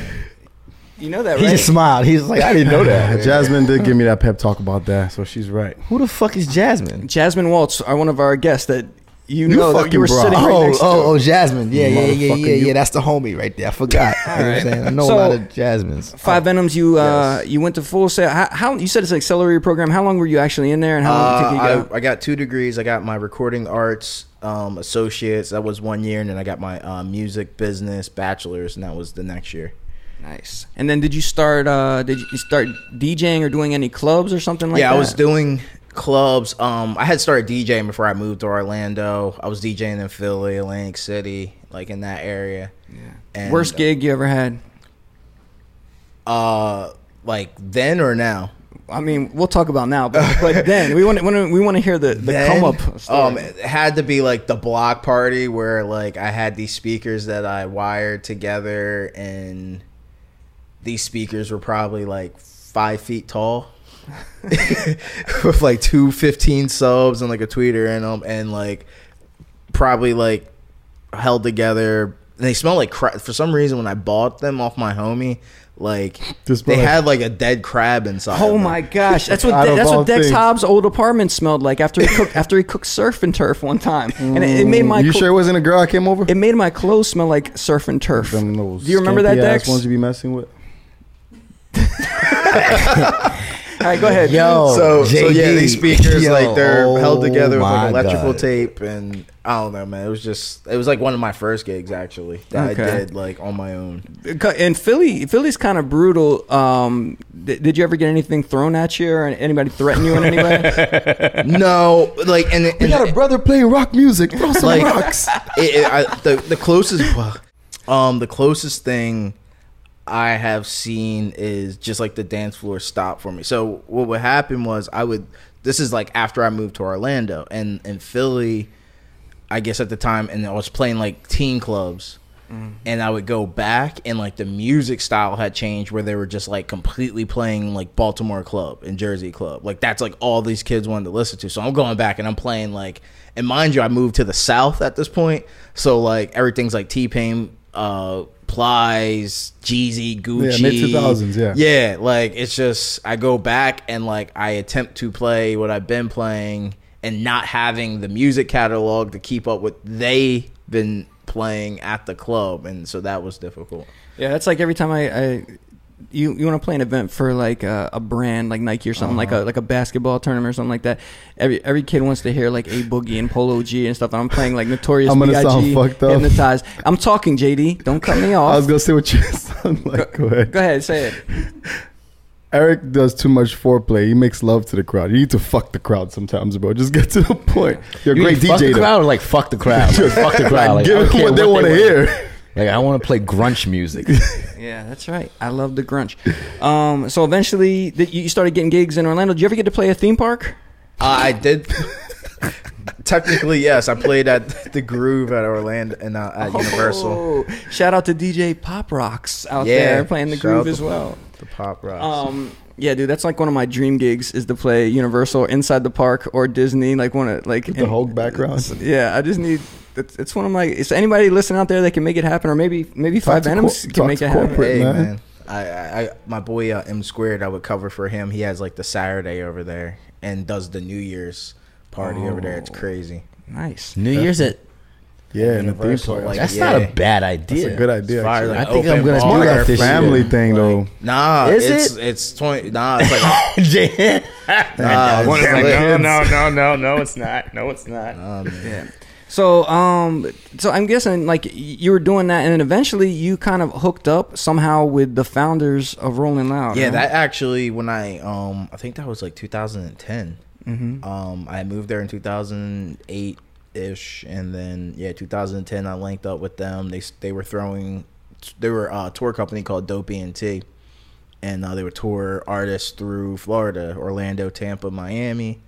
B: you know that
E: He
B: right?
E: just smiled. He's like, I didn't know that.
D: Jasmine did give me that pep talk about that, so she's right.
E: Who the fuck is Jasmine?
B: Jasmine Waltz are one of our guests that you know that you were
D: fucking
B: sitting
D: broad.
B: right
E: oh,
B: next to.
E: oh, oh, Jasmine. Yeah, yeah, yeah,
D: Motherfucker,
E: yeah,
D: you-
E: yeah. That's the homie right there. I forgot. you know what I'm saying? I know a
B: So-
E: lot of Jasmines.
B: Five
A: Oh.
B: Venoms. You uh, you went to full sale. How, how you said it's an accelerator program? How long were you actually in there, and how long did
A: Uh,
B: you think you got?
A: I, I got two degrees. I got my recording arts um, associates. That was one year, and then I got my uh, music business bachelor's, and that was the next year.
B: nice. And then did you start? Uh, did you start DJing or doing any clubs or something like
A: yeah,
B: that?
A: I was doing clubs. Um, I had started DJing before I moved to Orlando. I was DJing in Philly, Atlantic City, like in that area. Yeah. And,
B: Worst gig you ever had?
A: Uh, like then or now?
B: I mean, we'll talk about now, but, but then we want to we want to hear the, the
A: Then,
B: come up. Story.
A: Um, it had to be like the block party where like I had these speakers that I wired together, and these speakers were probably like five feet tall. with like two 15 subs and like a tweeter and um and like probably like held together. And they smell like crab. For some reason, when I bought them off my homie, like
D: They smell
A: they
D: like-
A: had like a dead crab inside. of
B: Oh
A: them.
B: my gosh, that's
D: Out
B: what
D: of
B: that's
D: all
B: what Dex
D: things.
B: Hobbs' old apartment smelled like after he cooked after he cooked surf and turf one time, and it, it made my
D: Mm. you
B: clo-
D: sure it wasn't a girl I came over?
B: it made my clothes smell like surf and turf.
D: Them
B: Do
D: little
B: you remember that,
D: skimpy-ass
B: Dex?
D: ones you be messing with?
B: All right, go ahead.
E: Yo,
A: so, so yeah,
E: JD.
A: these speakers
E: Oh, Yo,
A: like they're held together with
E: oh my
A: like electrical
E: God.
A: tape, and I don't know, man. It was just it was like one of my first gigs actually that
B: Okay.
A: I did like on my own.
B: And Philly, Philly's kind of brutal. Um, th- did you ever get anything thrown at you, or anybody threaten you in any way?
A: no, like and, and
D: We got a brother playing rock music. Throw some
A: like
D: rocks.
A: it, it, I, the the closest um the closest thing I have seen is just like the dance floor stop for me. So what would happen was I would this is like after I moved to Orlando and in Philly, I guess at the time, and I was playing like teen clubs. And I would go back, and like the music style had changed, where they were just like completely playing like Baltimore club and Jersey club, like that's like all these kids wanted to listen to. So I'm going back and I'm playing like, and mind you, I moved to the South at this point, so like everything's like T Pain, uh, Plies, Jeezy, Gucci,
D: mid-2000s, yeah.
A: yeah, like it's just I go back and like I attempt to play what I've been playing and not having the music catalog to keep up with they been playing at the club and so that was difficult.
B: yeah, that's like every time I. I you, you want to play an event for like a, a brand like Nike or something like
D: Uh-huh.
B: a like a basketball tournament or something like that. Every every kid wants to hear like a boogie and Polo G and stuff. And I'm playing like Notorious
D: I'm gonna
B: B.I.G.
D: sound fucked up.
B: Hypnotized. I'm talking JD. Don't cut me off.
D: I was gonna say what you sound like. Go ahead.
B: Go ahead, say it.
D: Eric does too much foreplay. He makes love to the crowd. You need to fuck the crowd sometimes, bro. Just get to the point. You're a
E: You
D: great
E: mean fuck
D: DJ.
E: the
D: though.
E: crowd or like fuck the crowd? Like, fuck the crowd. Like, I
D: Give
E: don't
D: them
E: care
D: what they want to
E: wanna-
D: hear.
E: Like I want to play grunge music.
B: Yeah, that's right. I love the grunge. Um, so eventually, th- you started getting gigs in Orlando. Did you ever get to play a theme park?
A: Uh, I did technically yes, I played at the Groove at Orlando and uh, at Universal.
B: Oh, shout out to DJ Pop Rocks out
A: Yeah,
B: there playing the
A: shout out
B: groove
A: to
B: as well.
A: The Pop Rocks.
B: Um, yeah, dude, that's like one of my dream gigs is to play Universal inside the park or Disney. Like one of like
D: The Hulk background.
B: Yeah, I just need. It's, it's one of my. Is anybody listening out there that can make it happen, or maybe maybe Five
D: to
B: Animals
D: cor-
B: can
D: talk
B: make
D: to
B: it happen?
D: corporate.
A: hey
D: man.
A: man. I, I, I my boy uh, M squared I would cover for him. He has like the Saturday over there and does the New Year's party over there. It's crazy.
B: Nice.
E: New Year's at
D: Yeah, in the theme
A: Universal,
D: park.
A: like,
E: that's
A: Yeah.
E: not a bad idea.
D: That's a good idea.
A: It's fire,
D: actually.
A: like,
E: I think
A: open
E: I'm gonna
A: bar,
E: do that
D: It's
E: this
D: a family
E: year.
D: thing though.
A: Nah,
E: Is
A: it's
E: it?
A: it's twenty. Nah, it's like
E: Yeah.
A: nah,
E: One
A: it's
E: is like,
A: lit.
G: no, no, no, no, no, it's not. No, it's not.
B: So, um, so I'm guessing like y- you were doing that, and then eventually you kind of hooked up somehow with the founders of Rolling Loud.
A: Yeah,
B: right?
A: that actually when I um I think that was like 2010. Um, I moved there in 2008 ish, and then yeah, 2010 I linked up with them. They s- they were throwing, they were a tour company called Dope ENT, and uh, they would tour artists through Florida, Orlando, Tampa, Miami,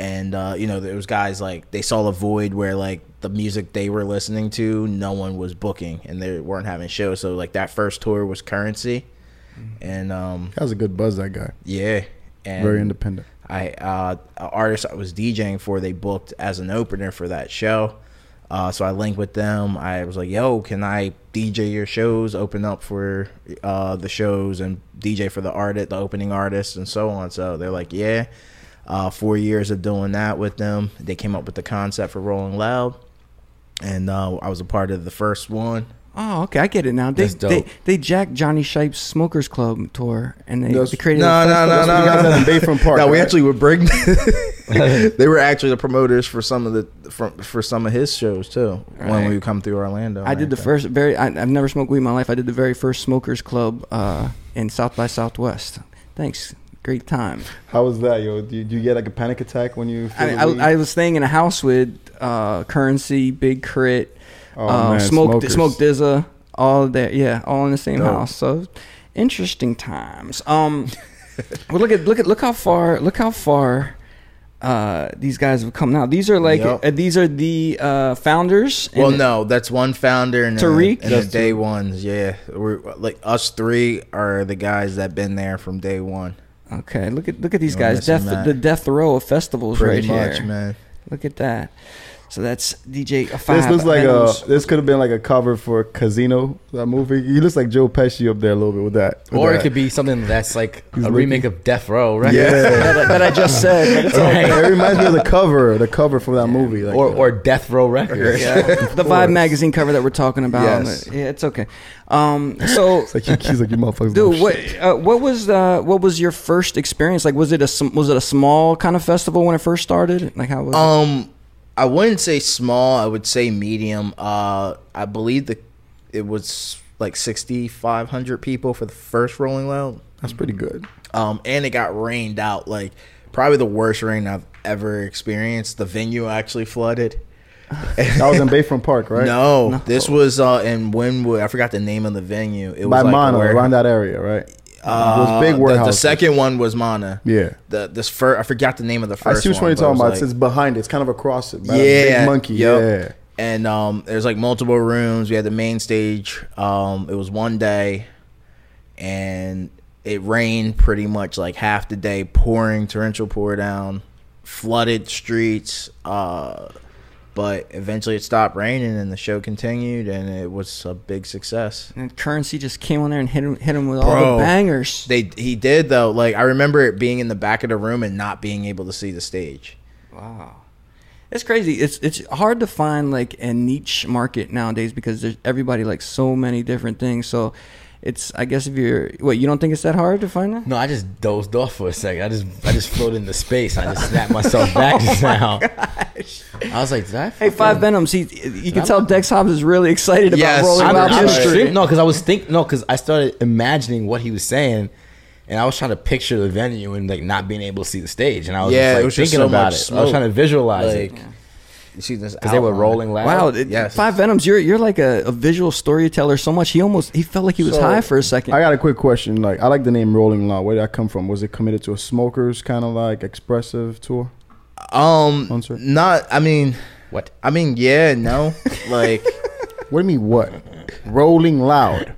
A: and uh, you know there was guys like they saw a void where like the music they were listening to no one was booking and they weren't having shows. So like that first tour was Currency, and um
D: That was a good buzz. That guy,
A: yeah, and
D: very independent.
A: I uh, an artist I was DJing for they booked as an opener for that show. Uh, so I linked with them. I was like, "Yo, can I DJ your shows? Open up for uh, the shows and DJ for the artist, the opening artist, and so on." So they're like, "Yeah." Uh, four years of doing that with them, they came up with the concept for Rolling Loud, and uh, I was a part of the first one.
B: Oh, okay, I get it now. They
E: That's dope.
B: they they jacked Johnny Shipe's Smokers Club tour, and they,
D: That's-
B: they created
A: No,
B: a
A: no, no,
B: festival.
A: no,
D: You guys
A: no,
D: had
A: no.
D: in Bayfront Park,
A: No, we
D: right?
A: actually would bring. they were actually the promoters for some of the from for some of his shows too. When
B: Right.
A: we come through Orlando,
B: I did the first very. I, I've never smoked weed in my life. I did the very first Smokers Club uh, in South by Southwest. Thanks, great time.
D: How was that, yo? Do you, do you get like a panic attack when you?
B: I,
D: feel the weed?
B: I, I was staying in a house with uh, Currency, Big Crit,
D: Oh,
B: uh,
D: man,
B: Smoke,
D: Smokers.
B: Smoke Dizza, all that. Yeah, all in the same
D: Dope.
B: house. So interesting times. Um, well, look at look at look how far look how far uh, these guys have come now. These are like
A: Yep.
B: uh, these are the uh, founders. and-
A: Well, no, that's one founder and
B: Tariq?
A: and the
B: That's
A: day ones. Yeah, we're like us three are the guys that been there from day one.
B: Okay, look at look at these
A: You're
B: guys.
A: missing
B: Death
A: that.
B: the death row of festivals
A: Pretty
B: right
A: much,
B: here.
A: man.
B: Look at that. So that's DJ Five.
D: This looks like
B: Venom's-
D: a. This could have been like a cover for Casino, that movie. He looks like Joe Pesci up there a little bit with that. with
E: Or
D: that.
E: it could be something that's like a
D: looking-
E: remake of Death Row, right?
D: Yeah,
B: that, I- that I just said. but it's all-
E: Right.
D: Oh, it reminds me of the cover, the cover from that movie. Like,
E: or or Death Row Records.
B: the Vibe magazine cover that we're talking about.
D: Yes.
B: Yeah, it's okay. Um, so,
D: it's like he, he's like you motherfuckers.
B: dude,
D: don't
B: what
D: shit."
B: uh, what was uh, what was your first experience? Like, was it a sm- was it a small kind of festival when it first started? Like, how was it?
A: Um, I wouldn't say small. I would say medium. Uh, I believe the it was like sixty five hundred people for the first Rolling Loud.
D: That's pretty good.
A: Um, and it got rained out like probably the worst rain I've ever experienced. The venue actually flooded.
D: That was in Bayfront Park, right?
A: No, this was uh in Winwood. I forgot the name of the venue. It
D: by
A: was like
D: Mono,
A: where-
D: around that area, right?
A: uh,
D: Those big
A: the- The,
D: warehouses.
A: second one was Mana.
D: Yeah.
A: The this first I forgot the name of the
D: I
A: first.
D: see which
A: one,
D: one you're
A: but it
D: talking
A: was
D: about.
A: like-
D: it's, it's behind. it. It's kind of across it. by the
A: yeah,
D: big monkey.
A: yep.
D: Yeah.
A: And um, there's like multiple rooms. We had the main stage. Um, it was one day, and it rained pretty much like half the day, pouring torrential pour down, flooded streets. Uh, but eventually, it stopped raining, and the show continued, and it was a big success.
B: and currency just came on there and hit him hit him with all
A: Bro.
B: the bangers.
A: They he did though. Like I remember it being in the back of the room and not being able to see the stage.
B: Wow. It's crazy. It's it's hard to find like a niche market nowadays because there's everybody likes so many different things. So it's I guess if you're what you don't think it's that hard to find that?
E: No, I just dozed off for a second. I just I just floated into space. I just snapped myself back just now. I was like, did I?
B: Hey,
E: fucking-
B: Five Venoms. He, you can
E: I'm-
B: tell Dex Hobbs is really excited about
A: Yes,
B: rolling
E: I'm,
B: out
E: I'm
B: history.
E: extreme- no, because I was think no, because I started imagining what he was saying, and I was trying to picture the venue and like not being able to see the stage, and I was
A: Yeah,
E: just, like,
A: it was just
E: thinking
A: so
E: about
A: much
E: it. I was
A: smoke.
E: trying to visualize it
A: Like you see this
E: because they were
A: outline.
E: rolling loud.
B: Wow, it-
A: Yes.
B: Five Venoms. You're you're like a, a visual storyteller so much. He almost he felt like he was
D: So,
B: high for a second.
D: I got a quick question. Like, I like the name Rolling Loud. Where did that come from? Was it committed to a smokers kind of like expressive tour?
A: Um,
D: Concert?
A: not. I mean,
E: What?
A: I mean, yeah, no, like
D: What do you mean? What? Rolling Loud.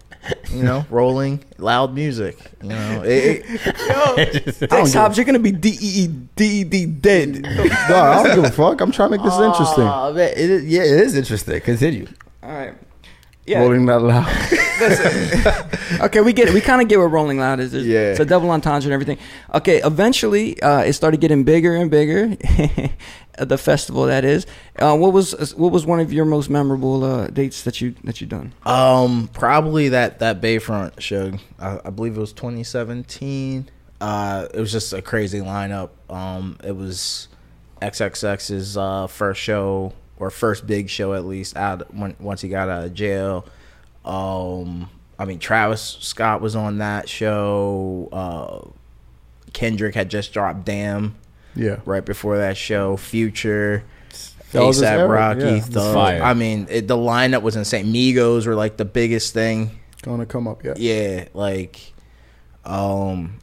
A: you know, rolling loud music. You know, it, it-
B: Dex Hobbs, you're gonna be D E E D E D dead.
D: No, I don't give a fuck. I'm trying to make this
A: Ah.
D: interesting.
E: Oh, man, it is, yeah, it is interesting. Continue.
B: All right. Yeah.
D: Rolling that loud.
B: Okay, we get it. We kind of get what Rolling Loud is. It's,
A: Yeah.
B: it's a double entendre and everything. Okay, eventually uh, it started getting bigger and bigger. the festival that is. Uh, what was what was one of your most memorable uh, dates that you that you done?
A: um, probably that that Bayfront show. I, I believe it was 2017. Uh, it was just a crazy lineup. Um, it was XXX's uh, first show or first big show at least out when, once he got out of jail. Um, I mean, Travis Scott was on that show. Uh, Kendrick had just dropped "Damn."
D: Yeah.
A: right before that show. Future,
D: That was his
A: ASAP
D: era,
A: Rocky,
D: yeah.
A: Thug.
H: Fire.
A: I mean, it, the lineup was insane. Migos were like the biggest thing.
D: Gonna come up, yeah.
A: Yeah, like, um,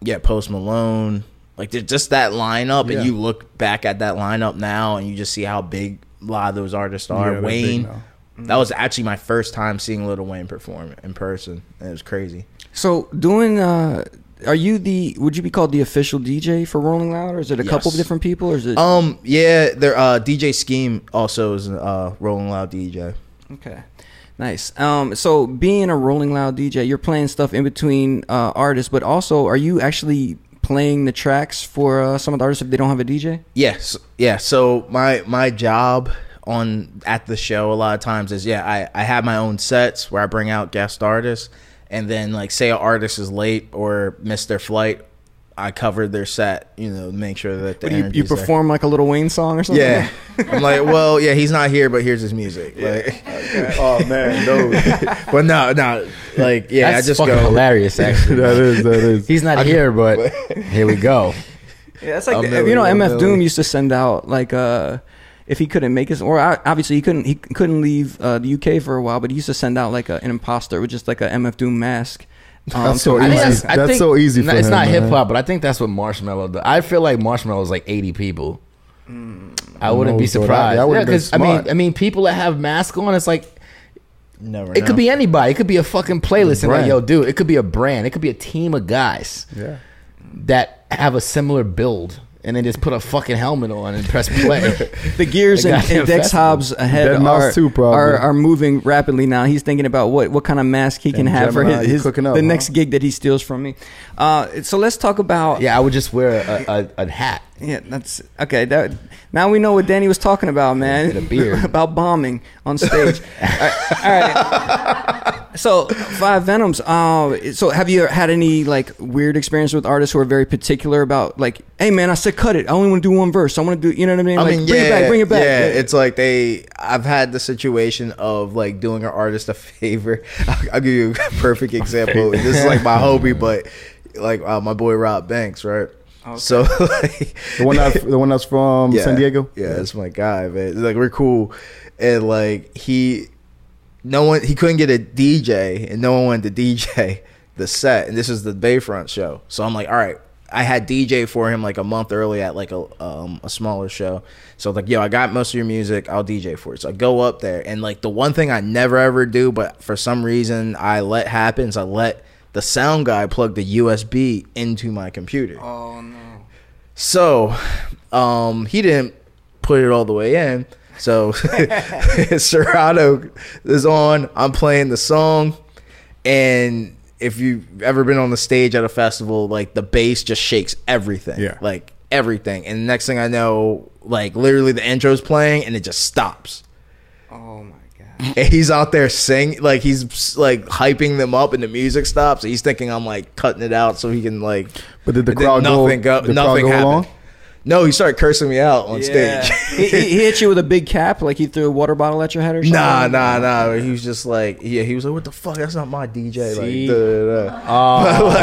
A: yeah, Post Malone. Like, there's just that lineup,
D: Yeah.
A: and you look back at that lineup now, and you just see how big a lot of those artists
D: Yeah,
A: are.
D: they're big
A: Wayne.
D: now.
A: That was actually my first time seeing Little Wayne perform in person, and it was crazy.
B: So doing, uh, are you the? Would you be called the official DJ for Rolling Loud, or is it a couple of
A: Yes.
B: different people, or is it?
A: Um, yeah, there. Uh, DJ Scheme also is uh Rolling Loud DJ.
B: okay, nice. Um, so being a Rolling Loud DJ, you're playing stuff in between uh, artists, but also are you actually playing the tracks for uh, some of the artists if they don't have a DJ?
A: Yes, yeah. So my my job on at the show a lot of times is yeah I I have my own sets where I bring out guest artists, and then like say an artist is late or missed their flight, I cover their set. You know, make sure that the
B: What do you, you
A: energy's there.
B: perform like a little Wayne song or something?
A: Yeah, I'm like, well, yeah, he's not here, but here's his music. Like,
D: Oh man, no.
A: but no, no, like, yeah,
E: That's
A: I just
E: fucking
A: go.
E: hilarious. Actually,
D: that is that is.
E: he's not here, but here we go.
B: Yeah, it's like
A: I'm
B: the-
A: Millie,
B: you know,
A: I'm
B: MF Doom
A: Millie.
B: used to send out like uh if he couldn't make his or uh, obviously he couldn't he couldn't leave uh, the UK for a while, but he used to send out like a, an imposter with just like a MF Doom mask. Um,
D: That's
B: to
D: so
B: a-
E: I think
D: Easy.
E: I
D: That's
E: think-
D: so easy for
E: It's not
D: him, man.
E: hip hop, but I think that's what Marshmallow does. I feel like Marshmallow is like eighty people. I wouldn't
D: know,
E: be
D: so that-
E: surprised.
D: that would've
E: Yeah,
D: been
E: 'cause, I mean,
D: smart.
E: I mean, people that have masks on, it's like
A: Never.
E: it could
A: know.
E: be anybody. It could be a fucking playlist, and like,
D: Brand.
E: yo, dude, it could be a brand. It could be a team of guys
D: Yeah.
E: that have a similar build, and then just put a fucking helmet on and press play.
B: the gears
E: The
B: and,
E: goddamn
B: and Dex
E: festival.
B: Hobbs ahead
D: Dead Mouse
B: are,
D: too, probably.
B: are are moving rapidly now. He's thinking about what what kind of mask he can
D: Damn,
B: have for
D: Gemini,
B: his,
D: you
B: his
D: cooking up,
B: the
D: huh?
B: next gig that he steals from me. Uh, so let's talk about
E: yeah, I would just wear a, a, a hat.
B: Yeah, that's okay. That, now we know what Danny was talking about, man.
E: Get a beard.
B: about bombing on stage. all, right, all right. So five venoms. Uh, so have you had any like weird experience with artists who are very particular about like, hey man, I said cut it. I only want to do one verse. I want to do, you know what I mean?
A: I
B: like,
A: mean,
B: bring
A: yeah,
B: it back. Bring it back.
A: Yeah, it's like they. I've had the situation of like doing an artist a favor. I'll, I'll give you a perfect example. This is like my hobby, but like uh, my boy Rob Banks, right? So like,
D: The one that the one that's from San Diego.
A: yeah, that's my guy, man. It's Like we're cool, and like he, no one he couldn't get a DJ, and no one wanted to DJ the set, and this is the Bayfront show. So I'm like, all right, I had DJ for him like a month early at like a um, a smaller show. So I'm like, yo, I got most of your music, I'll DJ for it. So I go up there, and like the one thing I never ever do, but for some reason I let happen is I let. The sound guy plug the USB into my
D: Oh,
A: computer. So, um, he didn't put it all the way in. So, Serato is on. I'm playing the song, and if you've ever been on the stage at a festival, like the bass just shakes everything.
D: Yeah.
A: like everything. And the next thing I know, like literally the intro's playing, and it just stops.
B: oh my god.
A: And he's out there singing, like he's like hyping them up, and the music stops. He's thinking I'm like cutting it out so he can like.
D: But did the
A: And then
D: crowd go?
A: nothing go-
D: the
A: nothing
D: crowd go along?
A: happened. No, he started cursing me out on stage.
B: he, he- he hit you with a big cap, like he threw a water bottle at your head or something.
A: Nah, nah, nah. He was just like, yeah, he was like, what the fuck? That's not my DJ.
E: See?
A: Like, da, da, da.
B: Oh.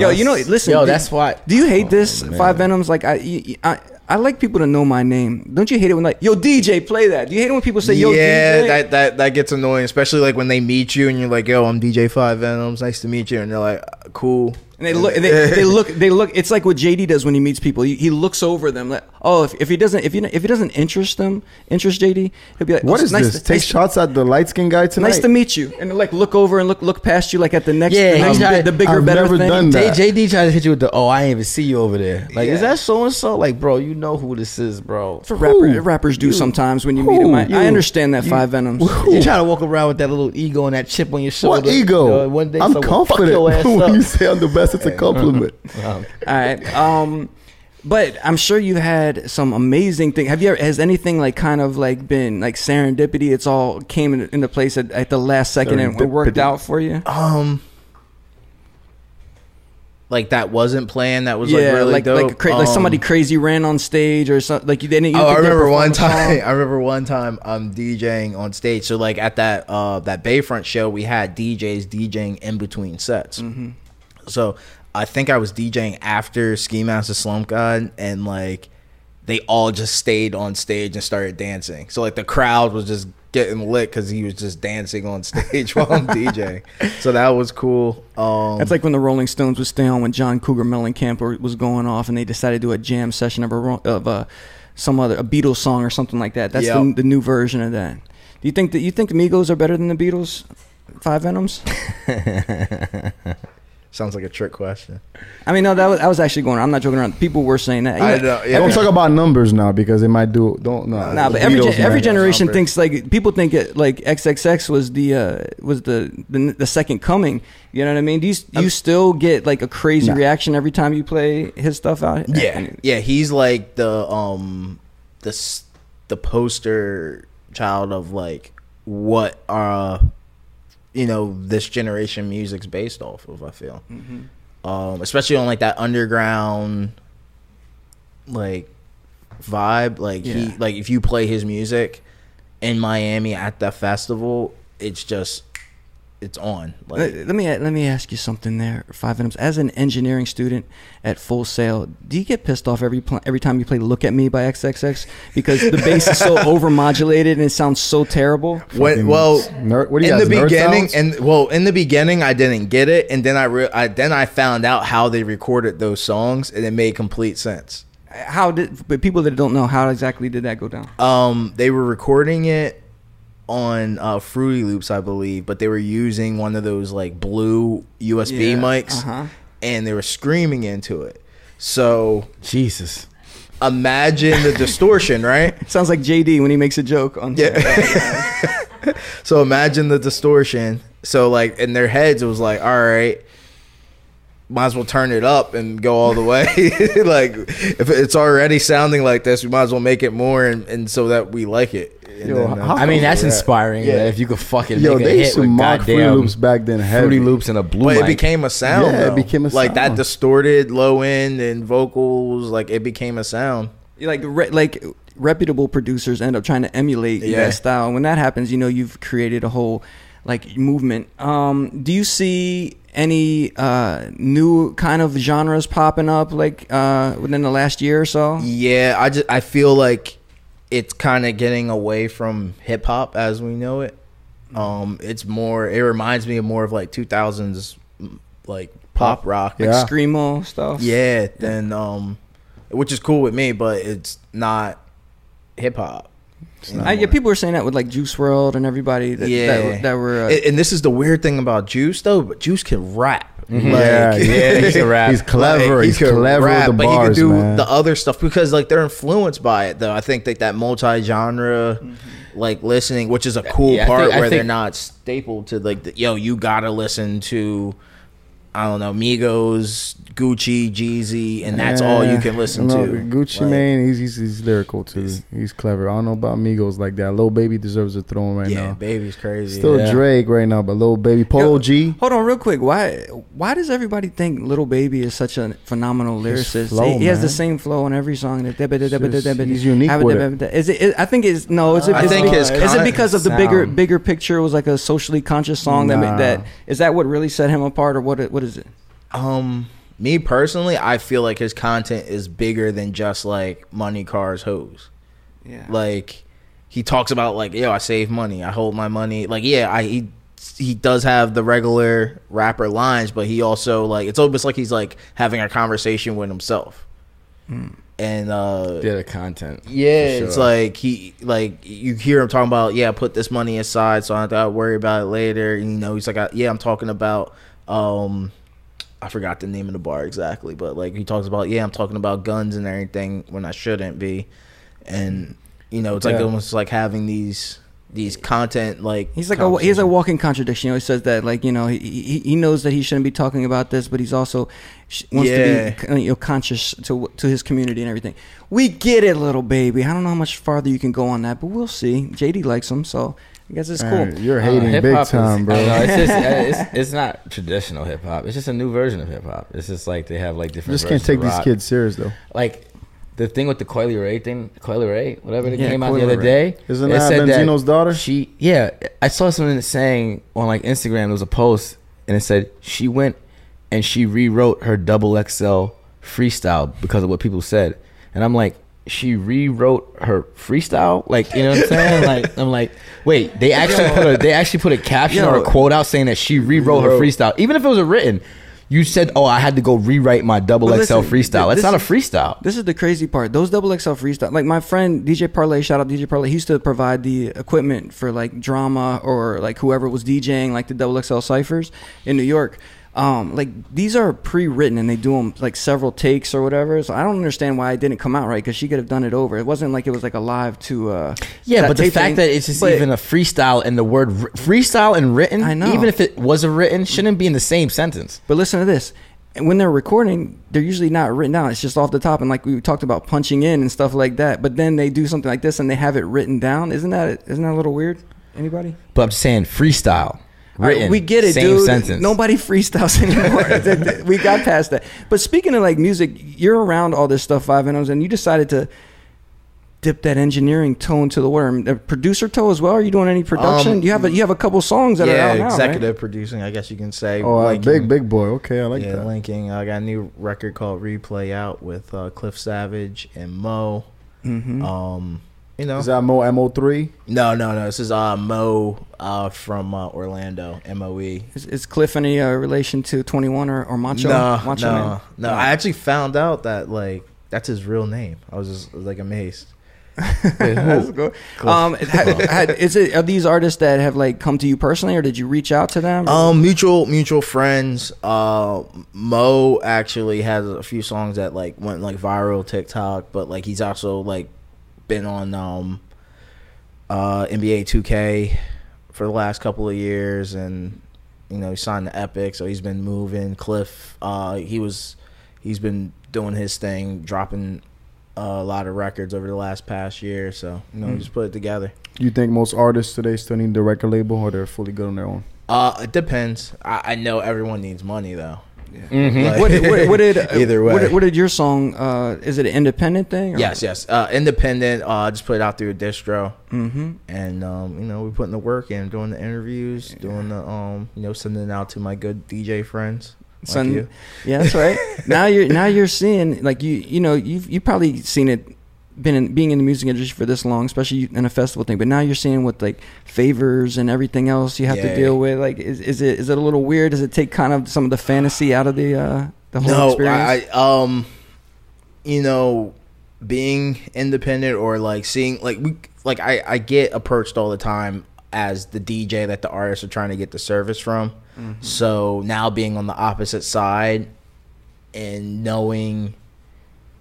B: Yo, you know, listen.
E: Yo,
B: do-
E: that's why.
B: Do you hate
D: Oh,
B: this Five Venoms? Like I, you- you- I, I like people to know my name. Don't you hate it when like Yo DJ play that? Do you hate it when people say Yo
A: yeah,
B: DJ?
A: that, that that gets annoying, especially like when they meet you and you're like, yo, I'm DJ Five Venoms. Nice to meet you. And they're like, uh, cool.
B: and they look, they, they look, they look. It's like what JD does when he meets people. He, he looks over them like, oh, if, if he doesn't, if you if he doesn't interest them, interest JD, he'll be like,
D: What
B: oh,
D: is
B: nice
D: this?
B: To,
D: Take
B: nice,
D: shots at the light skinned guy tonight.
B: nice to meet you, and like look over and look look past you like at the next,
E: Yeah,
B: the,
E: he's
B: next
E: not-
B: bit, the bigger,
D: I've
B: better
D: never
B: thing.
D: done that.
E: JD tried to hit you with the oh I ain't even see you over there. Like is that so and so? Like bro, you know who this is, bro.
B: That's what rapper, rappers do sometimes when you meet them. I, I understand that Five Venoms.
E: You trying to walk around with that little ego and that chip on your shoulder.
D: What ego?
E: Yo, one day
D: I'm
E: someone fuck
D: confident.
E: your ass
D: when
E: up.
D: you say I'm the best, it's a compliment.
B: All right. Um, but I'm sure you had some amazing thing. Have you ever, has anything like kind of like been like serendipity? It's all came in- into place at, at the last second and it worked
D: Serendipity.
B: out for you.
A: Um, like that wasn't planned. That was like
B: yeah,
A: really
B: like
A: dope.
B: like, cra- like
A: Um,
B: somebody crazy ran on stage or something. Like you didn't. You
A: Oh, I
B: think they
A: remember
B: performed
A: one
B: a song?
A: time. I remember one time I'm DJing on stage. So like at that uh that Bayfront show, we had DJs DJing in between sets. So I think I was DJing after Ski Master Slump God, and like they all just stayed on stage and started dancing. So like the crowd was just getting lit because he was just dancing on stage while I'm DJing. So that was cool. Um,
B: That's like when the Rolling Stones would stay on when John Cougar Mellencamp was going off, and they decided to do a jam session of a ro- of a some other a Beatles song or something like that. That's the,
A: Yep.
B: the new version of that. Do you think that you think the Migos are better than the Beatles? Five Venoms.
A: sounds like a trick question.
B: I mean, no, that was I was actually going. I'm not joking around. People were saying that.
A: I
B: You
A: know.
D: I
A: Yeah.
D: don't talk about numbers now because they might do. Don't no.
B: Nah,
D: the
B: but every
D: Beatles,
B: gen- every
D: man.
B: generation
A: Humphrey.
B: thinks like people think it, like XXX was the uh, was the, the the second coming. You know what I mean? Do you, do you still get like a crazy
D: Nah.
B: reaction every time you play his stuff out?
A: Yeah, yeah, he's like the um the s- the poster child of like what uh you know this generation music's based off of. I feel, um, especially on like that underground like vibe. Like
B: Yeah.
A: he like if you play his music in Miami at the festival, it's just it's on. Like
B: Let, let me let me ask you something there, Five Venoms. As an engineering student at Full Sail, do you get pissed off every pl- every time you play "Look at Me" by XXX because the bass is so overmodulated and it sounds so terrible?
A: When,
D: Fucking
A: well,
D: ner- what do you
A: in
D: guys,
A: the
D: nerd
A: beginning,
D: sounds?
A: and well, in the beginning, I didn't get it, and then I, re- I then I found out how they recorded those songs, and it made complete sense.
B: How did but people that don't know how exactly did that go down?
A: Um, they were recording it on uh, Fruity Loops, I believe, but they were using one of those like blue USB
B: Yeah,
A: mics,
B: uh-huh.
A: and they were screaming into it. So
E: Jesus.
A: imagine the distortion, right?
B: Sounds like JD when he makes a joke on
A: So imagine the distortion. So like in their heads, it was like, all right, might as well turn it up and go all the way. like if it's already sounding like this, we might as well make it more and, and so that we like it. And
D: Yo,
A: then, uh,
D: how-
E: I mean, that's
D: Yeah.
E: inspiring.
D: Yeah.
E: that If you could fucking
D: Yo,
E: make a
D: they used
E: hit
D: to
E: with
D: mock Fruity
E: goddamn
D: Loops back then.
E: Fruity
D: heavy.
E: Loops and a blue
A: but it
E: mic.
A: became a sound.
D: Yeah, it
A: though.
D: became a
A: like that
D: sound.
A: distorted low end and vocals. Like it became a sound.
B: like re- like reputable producers end up trying to emulate
A: Yeah.
B: that style. And when that happens, you know you've created a whole like movement. Um, do you see any uh, new kind of genres popping up like uh, within the last year or so?
A: Yeah, I just I feel like it's kind of getting away from hip hop as we know it. Um, it's more. It reminds me of more of like two thousands, mm, like pop rock.
D: Yeah.
B: Screamo stuff.
A: yeah. Then um, which is cool with me, but it's not hip hop.
B: I, Uh, yeah, people were saying that with like Juice World and everybody that
A: Yeah,
B: that, were- that were. Uh,
A: and, and this is the weird thing about Juice though. But Juice can rap. Like,
D: yeah, yeah,
E: he's a rap.
D: He's clever.
A: Like, he
D: he's
A: could
D: clever
A: rap,
D: with the
A: but
D: bars,
A: he could do
D: man.
A: the other stuff because like they're influenced by it though. I think that that multi-genre like listening, which is a cool
E: yeah, I
A: part
E: think- I
A: where they're
E: think-
A: not stapled to like the, yo, you gotta listen to I don't know Migos, Gucci, Jeezy, and that's all you
D: Yeah.
A: can listen
D: No,
A: to.
D: Gucci
A: Like,
D: Mane, he's, he's he's lyrical too. He's, clever. I don't know about Migos like that. Lil Baby deserves a throne right
A: yeah,
D: now.
A: baby's crazy.
D: Still
E: Yeah.
D: Drake right now, but Lil Baby Polo
B: Yo,
D: G.
B: Hold on, real quick. Why why does everybody think Little Baby is such a phenomenal lyricist?
D: flow,
B: he, he has the
D: man.
B: same flow on every song. He's
D: he's unique with it.
B: Is it, is- I think it's no. Is it,
A: I
B: is
A: think
B: it,
A: his
B: is it
A: con-
B: because of the bigger
E: sound.
B: bigger picture was like a socially conscious song that ma-
D: Nah.
B: that is that what really set him apart or what it- what is it?
A: Um, me personally, I feel like his content is bigger than just like money, cars, hoes.
B: Yeah.
A: Like he talks about like, yo, I save money, I hold my money. Like, yeah, I he he does have the regular rapper lines, but he also like it's almost like he's like having a conversation with himself. And uh
E: Yeah, the content. for
A: yeah, it's
E: sure.
A: like he like you hear him talking about yeah, I put this money aside so I don't have to worry about it later. And, you know, he's like, I, yeah, I'm talking about um, I forgot the name of the bar exactly, but like he talks about yeah, I'm talking about guns and everything when I shouldn't be, and you know, it's like
D: Yeah.
A: almost like having these these content like
B: He's like a he's a walking contradiction. He always says that, like you know, he, he he knows that he shouldn't be talking about this, but he's also sh- wants
A: Yeah.
B: to be you know, conscious to to his community and everything. We get it, little baby. I don't know how much farther you can go on that, but we'll see. JD likes him, so I guess it's cool.
D: Man, You're
E: Uh,
D: hating
E: hip-hop
D: big
E: is-
D: time,
E: I know,
D: bro.
E: it's, just, uh, it's, it's not traditional hip hop. It's just a new version of hip hop. It's just like they have like different.
D: Just can't
E: versions
D: take
E: of
D: these
E: rock.
D: kids serious though.
E: Like the thing with the Coily Ray thing, Coily Ray, whatever that
B: Yeah,
E: came out the
B: Coily
E: other
B: Ray.
E: day.
D: Isn't
E: it
D: that
E: said
D: Benzino's daughter?
E: She, yeah, I saw something saying on like Instagram. There was a post and it said she went and she rewrote her double XL freestyle because of what people said, and I'm like. she rewrote her freestyle. Like you know what I'm saying? like I'm like, wait, they actually put a they actually put a caption or a
B: Yo.
E: quote out saying that she rewrote her freestyle. Even if it was a written, you said, oh, I had to go rewrite my double
B: But
E: XL
B: listen,
E: freestyle.
B: th-
E: That's not a
B: this is-
E: freestyle.
B: This is the crazy part. Those double XL freestyle, like my friend DJ Parlay, shout out DJ Parlay. He used to provide the equipment for like drama or like whoever was DJing like the double XL ciphers in New York. Um, like these are pre-written and they do them like several takes or whatever. So I don't understand why it didn't come out right because she could have done it over. It wasn't like it was like a live to uh
E: Yeah,
B: that
E: but the
B: tape
E: fact
B: thing.
E: that it's just
B: But-
E: even a freestyle and the word r- freestyle and written,
B: I know.
E: even if it was a written, shouldn't be in the same sentence.
B: But listen to this. And When they're recording, they're usually not written down. It's just off the top, and like we talked about punching in and stuff like that. But then they do something like this, and they have it written down. Isn't that isn't that a little weird? Anybody?
E: But I'm just saying freestyle,
B: All right,
E: written,
B: we get it,
E: same
B: dude.
E: sentence.
B: Nobody freestyles anymore. we got past that. But speaking of like music, you're around all this stuff, Five N's, and you decided to dip that engineering toe into the water. I mean, the producer toe as well. Are you doing any production?
A: Um,
B: you have a, you have a couple songs that are out
A: yeah,
B: now, right?
A: executive producing, I guess you can say.
D: Oh, uh,
A: Linking-
D: big big boy. Okay, I like
A: yeah,
D: that.
A: linking. I got a new record called Replay Out with uh, Cliff Savage and Mo. Um, you know,
D: Mm-hmm. Is that Mo Mo three?
A: no, no, no. This is uh, Mo uh, from uh, Orlando, M O E.
B: Is, is Cliff any uh, relation to Twenty One or, or Macho?
A: No, no,
B: Macho Man?
A: no, I actually found out that like that's his real name. I was just like amazed.
B: Let's go. Um, ha- ha- is it are these artists that have like come to you personally, or did you reach out to them?
A: Um, mutual mutual friends. Uh, Mo actually has a few songs that like went like viral TikTok, but like he's also like been on um uh NBA 2K for the last couple of years, and you know he signed to Epic, so he's been moving. Cliff, uh, he was he's been doing his thing, dropping uh, a lot of records over the last past year, so you know we just put it together.
D: You think most artists today still need the record label, or they're fully good on their own?
A: Uh, it depends. I, I know everyone needs money though. Like-
B: Mm-hmm. what, what, what did
A: either way?
B: What, did- what did your song? Uh, is it an independent thing? or-
A: yes, yes. Uh, independent. Uh, just put it out through a distro, mm-hmm. and um, you know we're putting the work in, doing the interviews, doing the um, you know sending it out to my good DJ friends. Like
B: Son,
A: you.
B: yeah, that's right. now you're now you're seeing like you you know you've you probably seen it been in, being in the music industry for this long, especially in a festival thing. But now you're seeing what like favors and everything else you have
A: Yeah.
B: to deal with. Like, is, is it is it a little weird? Does it take kind of some of the fantasy out of the uh, the whole
A: no,
B: experience?
A: I, I um, you know, being independent or like seeing like we like I I get approached all the time as the DJ that the artists are trying to get the service from.
B: Mm-hmm.
A: So now being on the opposite side and knowing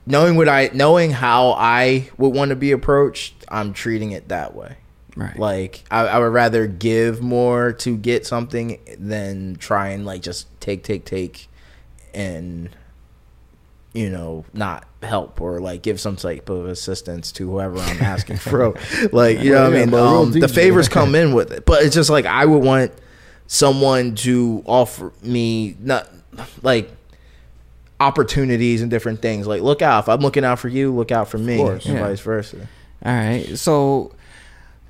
A: knowing what I knowing how I would want to be approached, I'm treating it that way.
B: right.
A: Like I, I would rather give more to get something than try and like just take, take, take, and you know not help or like give some type of assistance to whoever I'm asking for. like you know
D: Yeah,
A: what I mean?
D: but a real
A: Um, the
D: DJ.
A: favors come in with it, but it's just like I would want someone to offer me not like opportunities and different things. Like look out if I'm looking out for you, look out for me, and
D: course.
B: Yeah.
A: vice versa.
B: All right. So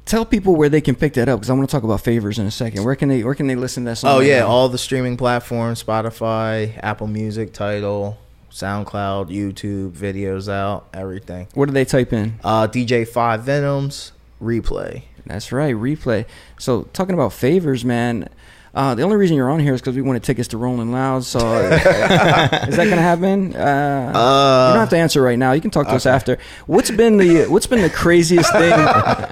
B: tell people where they can pick that up because I want to talk about favors in a second. Where can they where can they listen to that song?
A: Oh
B: right
A: yeah,
B: now?
A: all the streaming platforms: Spotify, Apple Music, Title, SoundCloud, YouTube, videos out, everything.
B: What do they type in?
A: Uh, DJ Five Venoms replay.
B: That's right, replay. So talking about favors, man. Uh, the only reason you're on here is because we wanted tickets to Rolling Loud. So uh, is that gonna happen? Uh, you don't have to answer right now. You can talk to us after. What's been the What's been the craziest thing?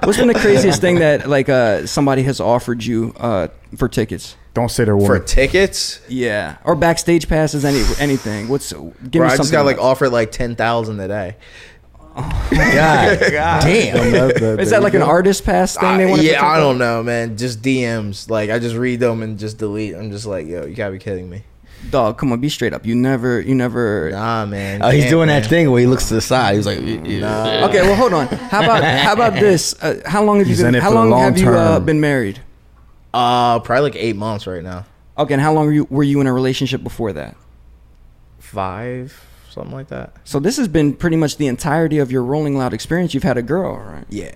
B: what's been the craziest thing that like uh, somebody has offered you uh, for tickets?
D: Don't say they're
A: For
D: one.
A: tickets,
B: Yeah, or backstage passes, any anything. What's give
A: bro,
B: me
A: I
B: something?
A: just got like offered like ten thousand today.
E: God, damn. Uh,
B: Is that like an artist pass thing they
A: I-
B: want to
A: yeah, I don't know, man. Just DMs. Like I just read them and just delete. I'm just like, yo, you gotta be kidding me.
B: Dog, come on, be straight up. You never, you never.
A: Nah, man.
E: Oh, he's
A: Can't,
E: doing
A: man.
E: that thing where he looks to the side. He's like, nah.
B: Okay, well, hold on. How about how about this? Uh, how long have you
D: He's
B: been?
D: in it
B: How
D: for the
B: long
D: long
B: have you uh,
D: term.
B: been married?
A: Uh, probably like eight months right now.
B: Okay, and how long were you were you in a relationship before that?
A: Five, something like that.
B: So this has been pretty much the entirety of your Rolling Loud experience. You've had a girl, right?
A: Yeah.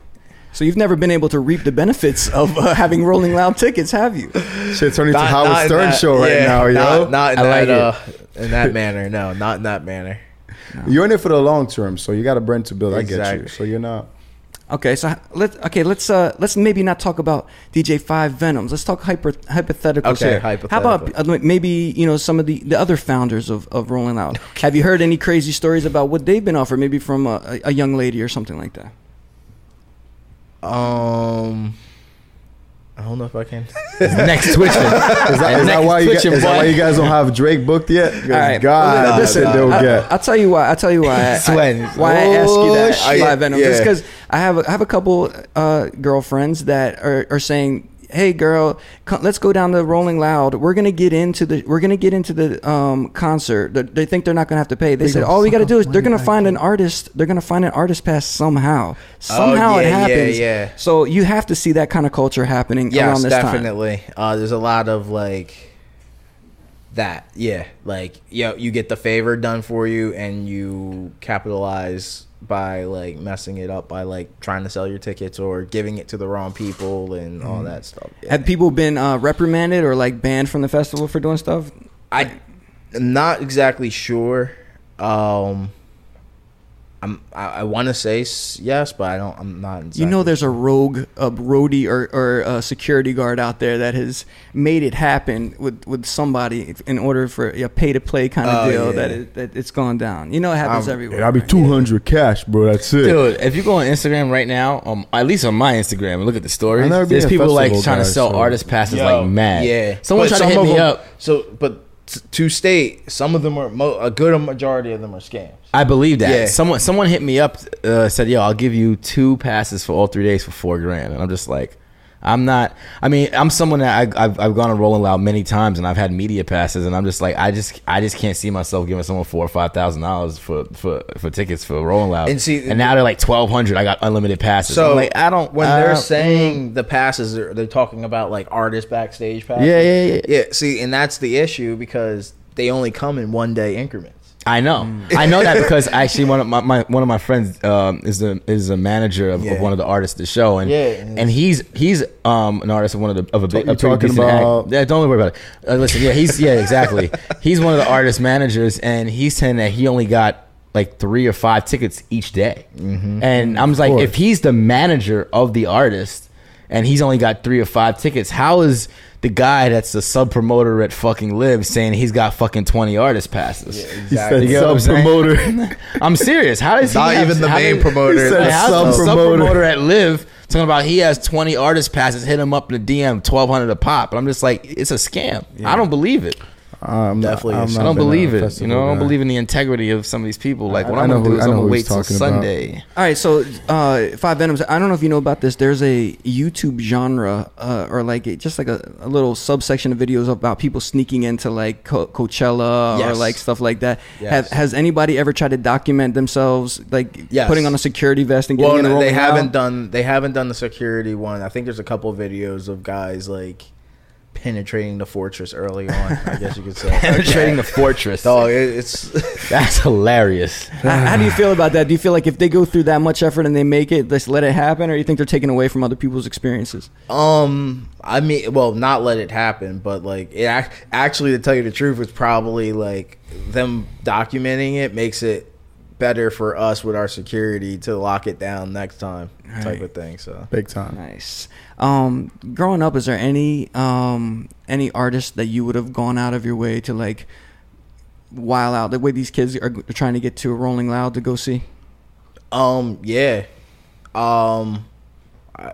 B: So you've never been able to reap the benefits of uh, having Rolling Loud tickets, have you?
D: Shit turning to
A: Not- not
D: Howard
A: in
D: Stern
A: that-
D: show right
A: yeah,
D: now, yo.
A: Not, not in
E: I
A: that
E: like
A: uh, in that manner. No, not in that manner.
D: You're in it for the long term, so you got a brand to build. I get you.
E: Exactly.
D: So you're not.
B: Okay, so let's okay let's uh let's maybe not talk about DJ Five Venoms. Let's talk hyper hypotheticals
A: Okay,
B: here. How about uh, maybe you know some of the, the other founders of, of Rolling Loud? Have you heard any crazy stories about what they've been offered? Maybe from a, a- a young lady or something like that.
A: Um, I don't know if I can.
E: Next twitching.
D: Is that, is that why you guys, is that why you guys don't have Drake booked yet? Because God,
B: Well,
D: listen,
B: I-
D: they'll get.
B: I, will tell you why. I'll tell you why. I-
E: Sweating.
B: I, why I asked you that.
D: Oh,
B: Live
D: shit.
B: Venom.
D: Yeah.
B: because I have a, I have a couple uh, girlfriends that are, are saying, "Hey, girl, co- let's go down to Rolling Loud. We're gonna get into the we're gonna get into the um, concert. They, they think they're not gonna have to pay. They, said all we gotta do is they're gonna find an artist. They're gonna find an artist pass somehow. Somehow it
A: Oh, yeah, yeah,
B: happens.
A: yeah.
B: So you have to see that kind of culture happening around
A: yes,
B: this time.
A: definitely. Uh, there's a lot of like that. Yeah, like yo, you get the favor done for you, and you capitalize by like messing it up by like trying to sell your tickets or giving it to the wrong people and
D: Mm-hmm.
A: all that stuff. Yeah.
B: Have people been uh, reprimanded or like banned from the festival for doing stuff?
A: I, am not exactly sure. Um, I'm. I, I want to say s- yes, but I don't. I'm not. Exactly
B: You know, there's a rogue, a roadie or, or a security guard out there that has made it happen with, with somebody in order for a pay to play kind of
A: Oh,
B: deal
A: yeah.
B: that, it, that it's gone down. You know, it happens everywhere.
D: I'll be two hundred cash, bro. That's it.
E: Dude, if you go on Instagram right now, um, at least on my Instagram, and look at the stories.
D: I've never been
E: There's
D: to a
E: people like
D: festival,
E: trying to
D: guys,
E: sell
D: so-
E: artist passes
G: Yo,
E: like mad.
A: Yeah,
E: someone
A: But
E: tried to hit
A: of
E: me
A: them-
E: up.
A: So, but t- to state, some of them are mo- a good majority of them are scams.
E: I believe that.
A: Yeah.
E: Someone someone hit me up, uh, said, "Yo, I'll give you two passes for all three days for four grand," and I'm just like, I'm not. I mean, I'm someone that I, I've I've gone to Rolling Loud many times, and I've had media passes, and I'm just like, I just I just can't see myself giving someone four or five thousand dollars for for for tickets for Rolling Loud,
A: And see-
E: and now they're like twelve hundred. I got unlimited passes.
A: So
E: I'm like I don't
A: When
E: I
A: they're
E: don't-
A: saying the passes, they're, they're talking about like artist backstage passes.
E: Yeah, yeah, yeah.
A: Yeah, see, and that's the issue because they only come in one day increments.
E: I know. I know that because actually one of my, my one of my friends um, is a is a manager of,
A: Yeah.
E: of one of the artists of the show and
A: Yeah.
E: and he's he's um, an artist of one of the of a big
D: You're
E: a pretty
D: talking
E: decent
D: about-
E: act. Yeah, don't worry about it. Uh, listen, yeah, he's yeah, exactly. he's one of the artist managers and he's saying that he only got like three or five tickets each day. And I'm just like
D: course.
E: if he's the manager of the artist and he's only got three or five tickets, how is the guy that's the sub promoter at fucking live saying he's got fucking twenty artist passes.
D: He said
E: You get what I'm
D: sub
E: saying?
D: promoter.
E: I'm serious. How does
A: Not
E: he have-
A: even the
E: how
A: main
E: does-
A: promoter.
E: He
D: He said
E: how's the sub
D: sub-promoter.
E: promoter at Live talking about he has 20 artist passes. Hit him up in the DM, 1,200 a pop. And I'm just like, it's a scam. I don't believe it.
D: I'm not-
A: Definitely.
D: I'm not
E: I don't
D: been a
E: believe it. You
D: festival
E: know, I don't
D: guy.
E: believe in the integrity of some of these people. Like, what
D: I
E: I, am
D: know
E: gonna
D: who-
E: do is
D: I
E: I'm
D: know
E: gonna
D: who
E: wait
D: he's
E: till
D: talking about.
E: Sunday.
B: All right, so uh, Five Venoms. I don't know if you know about this. There's a YouTube genre, uh, or like a, just like a, a little subsection of videos about people sneaking into like Co- Coachella or
A: Yes.
B: like stuff like that. Have,
A: Yes.
B: has anybody ever tried to document themselves, like
A: Yes.
B: putting on a security vest and getting
A: Well,
B: in a
A: no, they
B: Rolling Loud?
A: haven't done they haven't done the security one. I think there's a couple of videos of guys like penetrating the fortress early on. I guess you could say.
E: Trading the fortress.
A: Dog, it, it's
E: That's hilarious.
B: how, how do you feel about that? Do you feel like if they go through that much effort and they make it, just let it happen, or you think they're taking away from other people's experiences?
A: Um, I mean, well, not let it happen, but like it ac- actually, to tell you the truth, it's probably like them documenting it makes it better for us with our security to lock it down next time, type of thing. So
D: big time.
B: Nice. Um, growing up, is there any um, any artist that you would have gone out of your way to like while out the way these kids are g- trying to get to a Rolling Loud to go see?
A: Um, yeah. Um, I,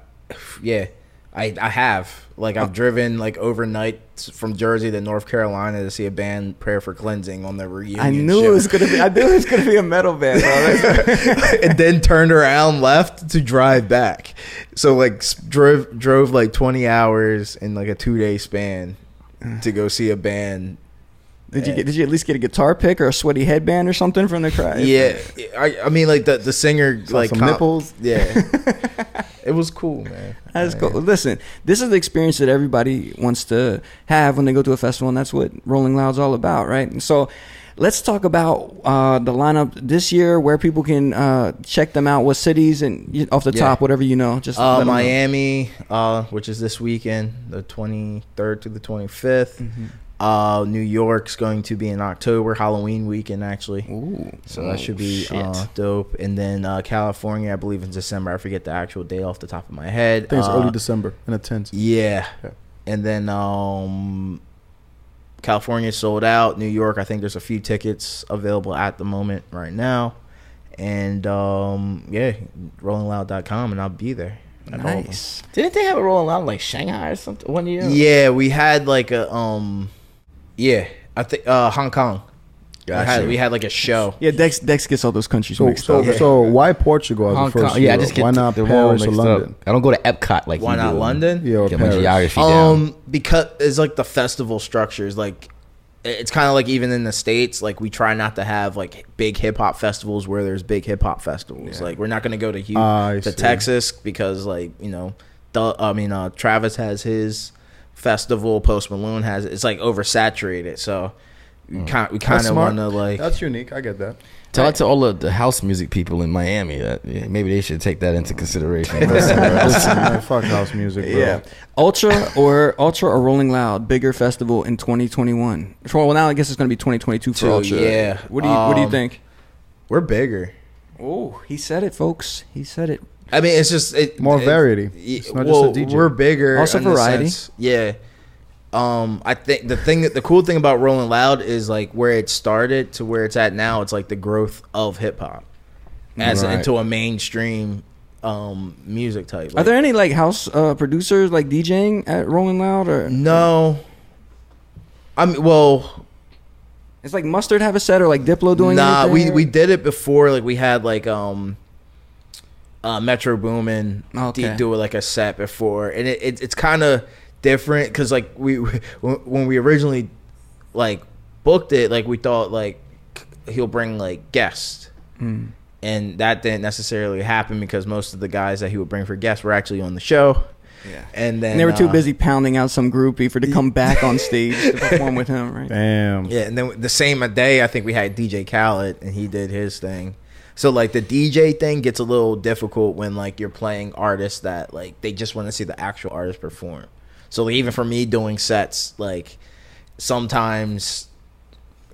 A: yeah, I I have like
B: Uh,
A: I've driven like overnight s- from Jersey to North Carolina to see a band, Prayer for Cleansing, on their reunion.
B: I knew it
A: show.
B: was gonna be. I knew it was gonna be a metal band. Bro.
A: and then turned around left to drive back. So like s- drove drove like 20 hours in like a 2-day span to go see a band.
B: Did you get? Did you at least get a guitar pick or a sweaty headband or something from the crowd?
A: Yeah, I, I mean like the the singer like
D: some
A: com-
D: nipples?
A: Yeah. it was cool, man.
B: That's cool. Listen, this is the experience that everybody wants to have when they go to a festival, and that's what Rolling Loud's all about, right? And so, let's talk about uh, the lineup this year, where people can uh, check them out, what cities, and you- off the
A: Yeah.
B: top, whatever you know. Just let
A: Uh,
B: 'em know. Mm-hmm.
A: Miami, uh, which is this weekend, the 23rd to the 25th. Uh, New York's going to be in October, Halloween weekend actually. So that should be
B: Oh,
G: shit.
A: uh, dope. And then uh, California, I believe in December. I forget the actual date off the top of my head.
D: I think it's
A: Uh,
D: early December in a tent.
A: Yeah.
D: Yeah.
A: And then um California sold out. New York, I think there's a few tickets available at the moment right now. And um yeah, rollingloud.com and I'll be there. at all of them.
B: Nice.
G: Didn't they have a rolling out like Shanghai or something one year?
A: Yeah, we had like a um yeah, I think uh Hong Kong. We had, we had like a show.
B: Yeah, Dex Dex gets all those countries
D: So,
B: mixed
D: so,
B: up.
D: so why Portugal as
E: Hong
D: the first?
E: Kong. Yeah, I
D: Europe?
E: just get
D: why not
E: the world
D: Paris or
E: mixed
D: London?
E: Up. I don't go to Epcot like
A: Why
E: you
A: not
E: do.
A: London?
D: Yeah, or
E: Get my
D: Paris.
E: geography down.
A: Um, because it's like the festival structures. Like, it's kind of like even in the states, like we try not to have like big hip hop festivals where there's big hip hop festivals. Like, we're not going to go to Hugh,
D: Ah, I
A: to
D: see.
A: Texas because like you know, the, I mean, uh, Travis has his festival. Post Malone has it's like oversaturated. So we kind we kind
D: Mm. That's
A: of
D: smart.
A: want to like
D: That's unique. I get that.
E: Tell it to all of the house music people in Miami that yeah, maybe they should take that into consideration. That's
D: Listen, man, fuck house music, bro.
B: Yeah. Ultra or Ultra or Rolling Loud, bigger festival in 2021. Well, now I guess it's going to be 2022 for
A: Two,
B: Ultra.
A: yeah.
B: What do you What do you
A: Um,
B: think?
A: we're bigger.
B: Oh, he said it, folks. He said it.
A: I mean, it's just it,
D: More
A: it-
D: variety.
A: y-
D: It's not just a
A: well,
D: DJ.
A: we're bigger.
B: Also
A: in the
B: variety.
A: sense- Yeah. Um, I think the thing that the cool thing about Rolling Loud is like where it started to where it's at now. It's like the growth of hip hop as
E: Right.
A: into a mainstream um music type.
B: Are
A: Like,
B: there any like house uh, producers like DJing at Rolling Loud or
A: Mm. no? I mean, well,
B: it's like Mustard have a set or like Diplo doing?
A: nah.
B: anything?
A: We we did it before. Like we had like um. Uh, Metro Boomin
B: Okay.
A: did do like a set before, and it, it it's kind of different because like we when we originally like booked it, like we thought like he'll bring like guests,
B: Hmm.
A: and that didn't necessarily happen because most of the guys that he would bring for guests were actually on the show. Yeah, and then
B: And they were too
A: uh,
B: busy pounding out some groupie for to come back on stage to perform with him, right?
D: Damn.
A: Yeah, and then the same day, I think we had DJ Khaled, and he did his thing. So like the DJ thing gets a little difficult when like you're playing artists that like they just want to see the actual artist perform. So like, even for me doing sets, like sometimes,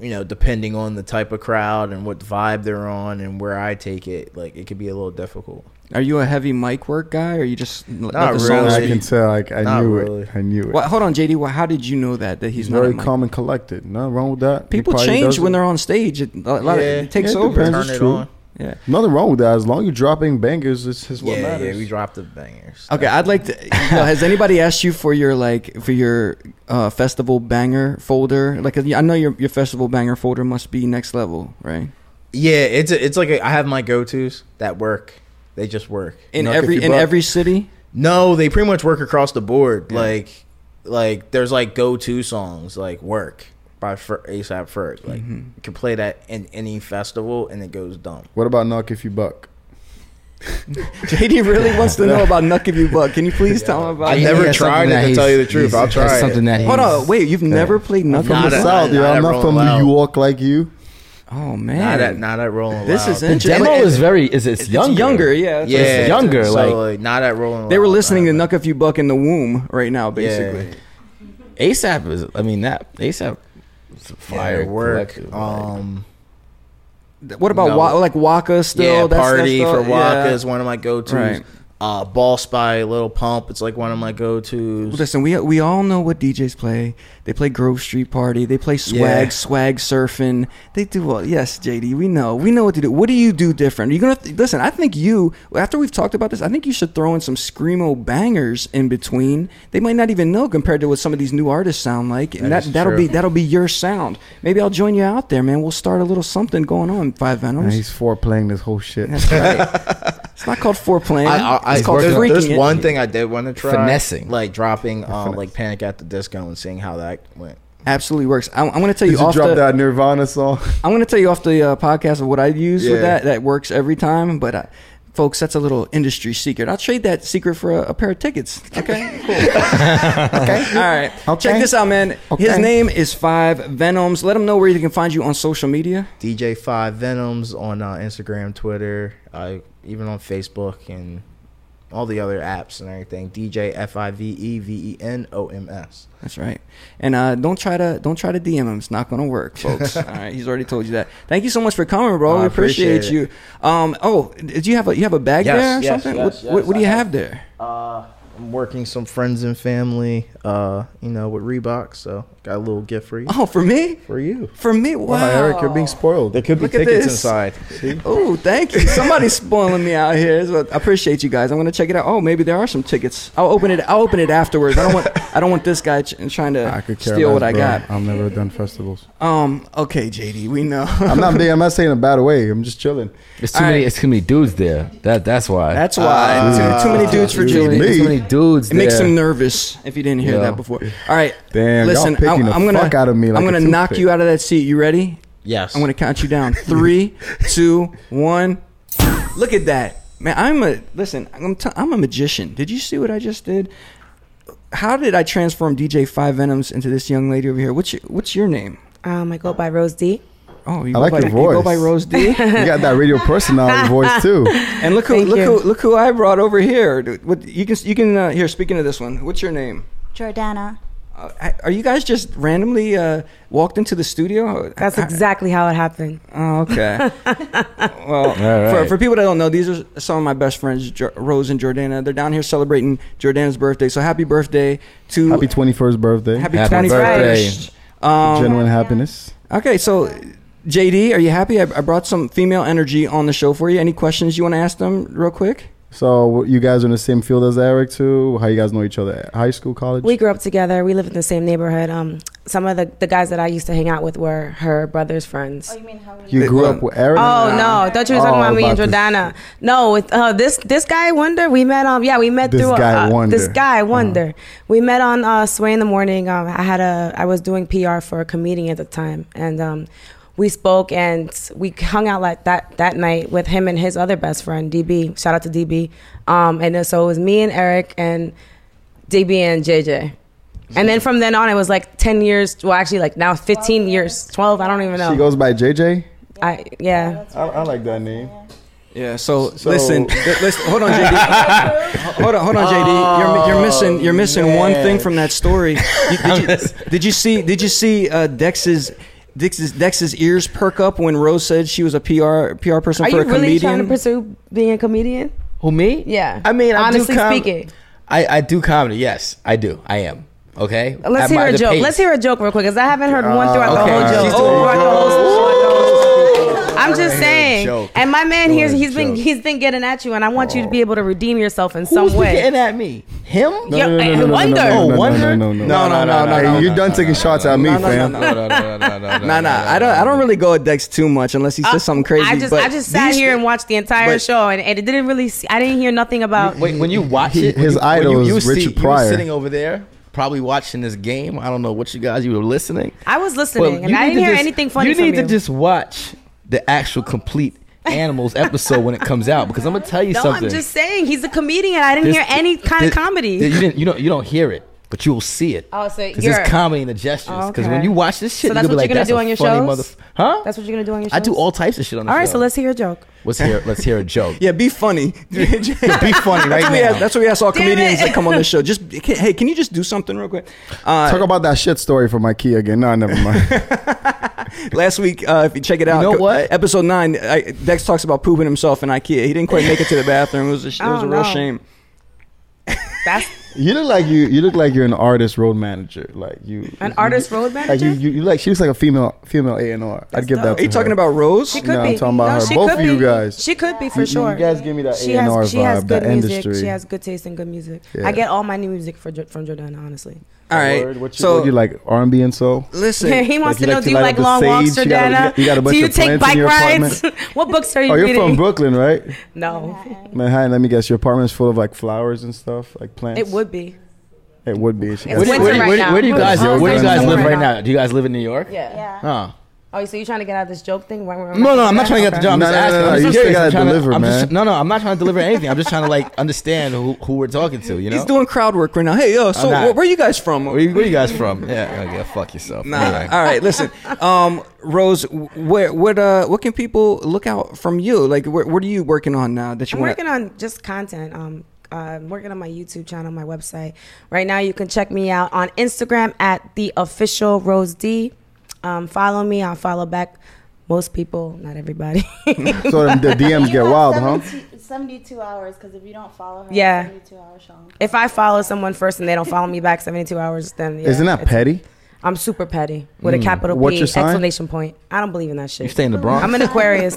A: you know, depending on the type of crowd and what vibe they're on and where I take it, like it could be a little difficult.
B: Are you a heavy mic work guy, or you just l- let
A: Not
B: the
A: really.
B: songs
D: I
A: Really?
D: can tell. Like I
A: Not
D: knew
A: really.
D: it. I knew it.
B: Well, hold on, JD. Well, how did you know that that he's
D: He's
B: not a
D: very
B: mic?
D: calm and collected. Nothing wrong with that. He
B: People
D: probably
B: change
D: does
B: when
D: it.
B: they're on stage. It, a lot
A: Yeah.
B: of, it takes
D: Yeah, it
B: over.
D: depends.
A: Turn
D: it's
A: it
D: true.
A: on.
B: Yeah.
D: Nothing wrong with that. As long as you're dropping bangers, it's, it's what
A: Yeah, yeah,
D: matters.
A: we dropped the bangers.
B: Okay, I'd like to. you know, has anybody asked you for your like for your uh, festival banger folder? Like, I know your your festival banger folder must be next level, right?
A: Yeah, it's a, it's like a, I have my go tos that work. They just work.
B: In
D: know, if
B: every
D: you
B: in
D: brought-
B: every city.
A: No, they pretty much work across the board. Like, like there's like go to songs like "Work" by Fer- ASAP Ferg. Like,
B: Mm-hmm.
A: you can play that in any festival and it goes dumb.
D: what about knock if you buck?
B: JD really wants to know about Nuck If You Buck. Can you please tell him about?
A: I
B: it?
A: never
E: Yeah,
A: tried
E: something that
A: it to
E: he's-
A: tell you the truth.
E: he's-
A: I'll try
E: that's
A: it.
E: something that
B: Hold
E: he's-
B: on, wait. You've never played Nuck
A: Not
D: From the
A: a-
B: If You Buck?
D: south, yeah.
A: not
D: I'm
A: a
D: not
A: rolling
D: from
A: loud.
D: New York like you.
B: Oh
A: Not
B: man,
A: at not at Rolling
B: This
A: Loud.
B: is interesting.
E: Demo
B: Like,
E: is very is it's, younger.
B: younger. Yeah, that's what
A: yeah,
B: I said.
E: It's younger,
A: So,
E: like-
A: not at Rolling.
B: They were
A: Loud.
B: listening to Nuck If You Buck in the womb right now, basically.
A: Yeah.
E: ASAP is. I mean that ASAP. is a Fire
A: Fire work.
E: collective, like-
A: Um,
B: Th- What about
A: No.
B: Wa- like Waka still?
A: yeah,
B: That's- that's
A: party
B: the-
A: for Waka
B: yeah.
A: is one of my go tos.
B: Right.
A: Uh, Boss by Little Pump. It's like one of my go tos.
B: Listen, we we all know what DJs play. They play Grove Street Party. They play swag,
A: Yeah.
B: swag surfing. They do all. Yes, JD, we know. We know what to do. What do you do different? Are you gonna th- listen? I think you. After we've talked about this, I think you should throw in some screamo bangers in between. They might not even know compared to what some of these new artists sound like, and that,
A: is
B: that'll
A: true.
B: be that'll be your sound. Maybe I'll join you out there, man. We'll start a little something going on. Five
D: Man,
B: Venoms.
D: he's foreplaying this whole shit.
B: It's not called foreplay.
A: I, I, I,
B: it's called
A: there's,
B: freaking
A: there's
B: it.
A: one thing I did want to try
E: Finessing.
A: like dropping um, like Panic at the Disco and seeing how that went.
B: Absolutely works. I, I'm going to tell
D: Did
B: you
D: you
B: off
D: drop
B: the,
D: that Nirvana song?
B: I'm going to tell you off the uh, podcast of what I use with
A: Yeah.
B: that. That works every time, but. Uh, Folks, that's a little industry secret. I'll trade that secret for a, a pair of tickets. Okay, cool. okay, all right. Check
D: Okay.
B: this out, man. His
D: Okay.
B: name is Five Venoms. Let them know where they can find you on social media.
A: DJ Five Venoms on uh, Instagram, Twitter, uh, even on Facebook and all the other apps and everything. DJ F I V E V E N O M S.
B: That's right. And uh, don't try to don't try to DM him. It's not going to work, folks. All right, he's already told you that. Thank you so much for coming, bro.
A: I
B: we appreciate,
A: appreciate
B: you. Um, oh, did you have a you have a bag
A: Yes,
B: there or
A: yes,
B: something?
A: yes,
B: what, what,
A: yes,
B: what do
A: I
B: you
A: have-
B: have there?
A: Uh, I'm working some friends and family, uh, you know, with Reebok. So got a little gift for you.
B: Oh, for me?
A: For you.
B: For me? Wow.
D: Wow, Eric, you're being spoiled.
A: There could be
B: Look at
A: tickets
B: this.
A: inside.
B: Oh, thank you. Somebody's spoiling me out here. So I appreciate you guys. I'm gonna check it out. Oh, maybe there are some tickets. I'll open it. I'll open it afterwards. I don't want. I don't want this guy ch- trying
D: I
B: to
D: could care
B: steal
D: less,
B: what I
D: bro.
B: got.
D: I've never done festivals.
B: Um. Okay, JD. We know.
D: I'm not being. I'm not saying in a bad way. I'm just chilling.
E: It's too many.
B: Alright.
E: It's too many dudes there. That that's why.
B: That's why too, too many dudes for JD.
D: excuse Ah, me.
E: There's too many dudes.
B: It makes
E: there.
B: him nervous if you didn't hear
E: Yeah.
B: that before. All right,
D: Damn, y'all
B: listen, I,
D: picking the
B: am gonna
D: fuck out of me like
B: I'm
D: a
B: gonna knock
D: toothpick.
B: you out of that seat. You ready?
A: Yes.
B: I'm gonna count you down. Three, two, one. Look at that, man. I'm a listen. I'm t- I'm a magician. Did you see what I just did? How did I transform DJ Five Venoms into this young lady over here? What's your What's your name?
H: Um, I go by Rose D.
B: Oh, you
D: I
B: go
D: like
B: by,
D: your
B: You go
D: voice.
B: by Rose D.
D: You got that radio personality voice too.
B: and look who
H: Thank
B: look who
H: you.
B: look who I brought over here. Dude, What you can you can uh, here. Speaking of this one, what's your name?
I: Jordana.
B: Uh, I- are you guys just randomly uh, walked into the studio?
H: That's
B: I-
H: exactly how it happened.
B: Oh, okay. well, for,
E: right.
B: for people that don't know, these are some of my best friends, Jo- Rose and Jordana. They're down here celebrating Jordana's birthday. So happy birthday to
D: Happy 21st birthday.
B: happy
E: Happy
B: 21st. Um,
D: Genuine happiness.
B: okay, so JD, are you happy? I, I brought some female energy on the show for you. Any questions you want to ask them, real quick?
D: So you guys are in the same field as Eric too. How you guys know each other? at High school, college.
H: We grew up together. We lived in the same neighborhood. Um, some of the, the guys that I used to hang out with were her brother's friends.
I: You mean how we
D: you grew up with Eric.
H: Oh no! I thought you were talking
D: Oh,
H: about me and
D: about this-
H: Jordana. No, with uh, this this guy Wonder, we met. Um, yeah, we met
D: This
H: through uh,
D: guy
H: uh,
D: Wonder. Uh-huh.
H: this guy Wonder. We met on uh, Sway in the morning. Um, I had a I was doing PR for a comedian at the time, and um, we spoke and we hung out like that that night with him and his other best friend DB. Shout out to DB. Um, and then so it was me and Eric and DB and JJ. And then from then on, it was like ten years. Well, actually, like now fifteen years, twelve. I don't even know.
D: She goes by JJ.
H: I yeah.
D: I, I like that name.
B: Yeah. So,
D: So-
B: listen, th- listen. Hold on, JD. hold on, hold on, JD. you're, mi- you're missing. You're missing one thing from that story. You- did, you, did you see? Did you see uh, Dex's? Dex's, Dex's ears perk up when Rose said she was a PR PR person
H: Are
B: for
H: you
B: a
H: really trying to
B: comedian.
H: pursue being a comedian?
E: Who me?
H: Yeah.
E: I mean, I do
H: Honestly
E: com-
H: speaking.
E: I I do comedy. Yes, I do. I am. Okay.
H: Let's
E: At
H: hear
E: my-
H: a
E: the
H: joke.
E: pace.
H: Let's hear a joke real quick, because I haven't heard one throughout
E: okay.
H: the whole
E: She's
H: joke.
E: doing
H: Throughout the whole show. I'm just
E: Doing
H: saying.
E: joke.
H: And my man here,
E: Doing
H: he's been
E: joke.
H: he's been getting at you, and I want you to be able to redeem yourself in
E: Who's
H: some way.
E: getting at me? Him?
H: Yeah, and Wonder.
E: Oh,
D: no,
E: Wonder?
D: No, no, no,
B: No,
D: no.
B: no, no, no,
D: Hey,
B: no.
D: you're done taking shots at me,
B: no, no,
D: fam.
B: no,
E: no, no, no, no,
B: Nah, nah. I don't. I don't really go at Dex too much unless he says something crazy.
H: I just
B: but
H: I just sat
B: these-
H: here and watched the entire
B: but-
H: show, and, and it didn't really. See, I didn't hear nothing about.
E: Wait, when you watch
D: He-
E: it, when
D: his
E: you,
D: idol
E: when you,
D: is
E: you was
D: Richard
E: see- you was
D: Pryor.
E: sitting over there, probably watching this game. I don't know what you guys you were listening.
H: I was
E: Well,
H: listening, and
E: you
H: I
E: need
H: didn't
E: to
H: hear
E: just-
H: anything funny.
E: You
H: from
E: need
H: you.
E: to just watch the actual complete animals episode when it comes out because I'm gonna tell you
H: No,
E: something.
H: I'm just saying he's a comedian. I didn't
E: This-
H: hear any kind
E: this-
H: of comedy.
E: You didn't. You don't. You don't hear it, but you will see it.
H: Oh, so
E: because
H: you're- Oh,
E: it's comedy in the gestures. Because when
H: Okay.
E: you watch this shit,
H: So that's
E: you'll be
H: what
E: like,
H: you're gonna
E: "That's
H: do
E: a
H: on your
E: funny motherf-
H: shows?
E: Huh?
H: That's what you're gonna do on your show.
E: I do all types of shit on the
H: All
E: show.
H: right, so let's hear a joke.
E: let's hear. Let's hear a joke.
B: Yeah, be funny.
E: Be funny right
B: That's what we ask,
E: now.
B: that's what we ask all
H: Damn
B: comedians
H: it.
B: that come on the show. Just hey, can you just do something real quick? Uh,
D: Talk about that shit story from IKEA again. No, never mind.
B: Last week, uh, if you check it out,
E: know
B: co-
E: what?
B: Episode nine, I, Dex talks about pooping himself in IKEA. He didn't quite make it to the bathroom. It was a, sh- it was
H: Oh,
B: a real
H: no.
B: shame.
H: That's
D: you look like you. You look like you're an artist road manager. Like you.
H: an
D: you-
H: artist road
D: Like you,
H: manager.
D: you, you like she looks like a female female A and R. I'd give that.
B: Are
D: to
B: you talking
D: her.
B: about Rose?
H: She could
D: No,
H: be.
D: I'm talking about her.
H: she
D: Both
H: could
D: of you
H: be.
D: guys.
H: She could be for
D: You- you
H: sure.
D: guys give me that
H: She
D: A&R
H: has, she has
D: vibe,
H: good
D: that
H: music.
D: industry.
H: She has good taste and good music.
D: Yeah.
H: I get all my new music for, Jo- from Jordana, honestly.
B: All
D: Word,
B: right.
D: What you,
B: so
D: what you like R and B and soul?
B: listen,
H: he wants
D: you
H: to know:
D: like to
H: Do you
D: light
H: like
D: up the
H: long walks,
D: sage? You got a- you
H: Jordana?
D: got- you got a bunch
H: do you
D: of
H: take
D: plants in
H: bike
D: your
H: rides? what books are you
D: Oh, you're
H: reading?
D: from Brooklyn, right?
H: No,
D: Manhattan. Let me guess. Your apartment's full of like flowers and stuff, like plants.
H: it would be.
D: It would be.
H: It's
E: Where do you- where do you-
H: winter
E: where do
H: right
E: you- Where do you
H: now.
E: guys? Where
H: Oh,
E: do you
H: it's
E: guys
H: winter
E: live
H: right
E: right
H: now.
E: now? Do you guys live in New York?
H: Yeah.
E: Huh.
H: Oh, so you trying to get out of this joke thing? Right, right,
E: No, no, I'm not trying to get the job. I'm
D: No,
E: just
D: no, no,
E: asking.
D: no,
E: I'm
D: you
E: just
D: still
E: serious. I'm
D: gotta
E: trying to-
D: deliver,
E: I'm just-
D: man.
E: no, no, I'm not trying to deliver anything. I'm just trying to like understand who, who we're talking to. You know,
B: he's doing crowd work right now. Hey, yo, so
E: I'm not.
B: wh- where you guys from?
E: Where you, where you guys from? Yeah, okay, fuck yourself.
B: Nah.
E: Anyway.
B: All right, listen, um, Rose, wh- where, what, uh, what can people look out from you? Like, where, what are you working on now that you
H: I'm
B: want?
H: working on just content. Um, Uh, I'm working on my YouTube channel, my website. Right now, you can check me out on Instagram at the official Rose D. Um, follow me. I'll follow back. Most people, not everybody.
D: So the, the DMs get wild, huh?
I: 72 hours, because if you don't follow her,
H: Yeah.
I: 72 hours, Sean.
H: if I follow someone first and they don't follow me back 72 hours, then yeah,
D: Isn't that
H: it's-
D: petty? Hmm.
H: I'm super petty with a capital
D: What's
H: P
D: your sign?
H: exclamation point. I don't believe in that shit.
E: You stay in the Bronx.
H: I'm an Aquarius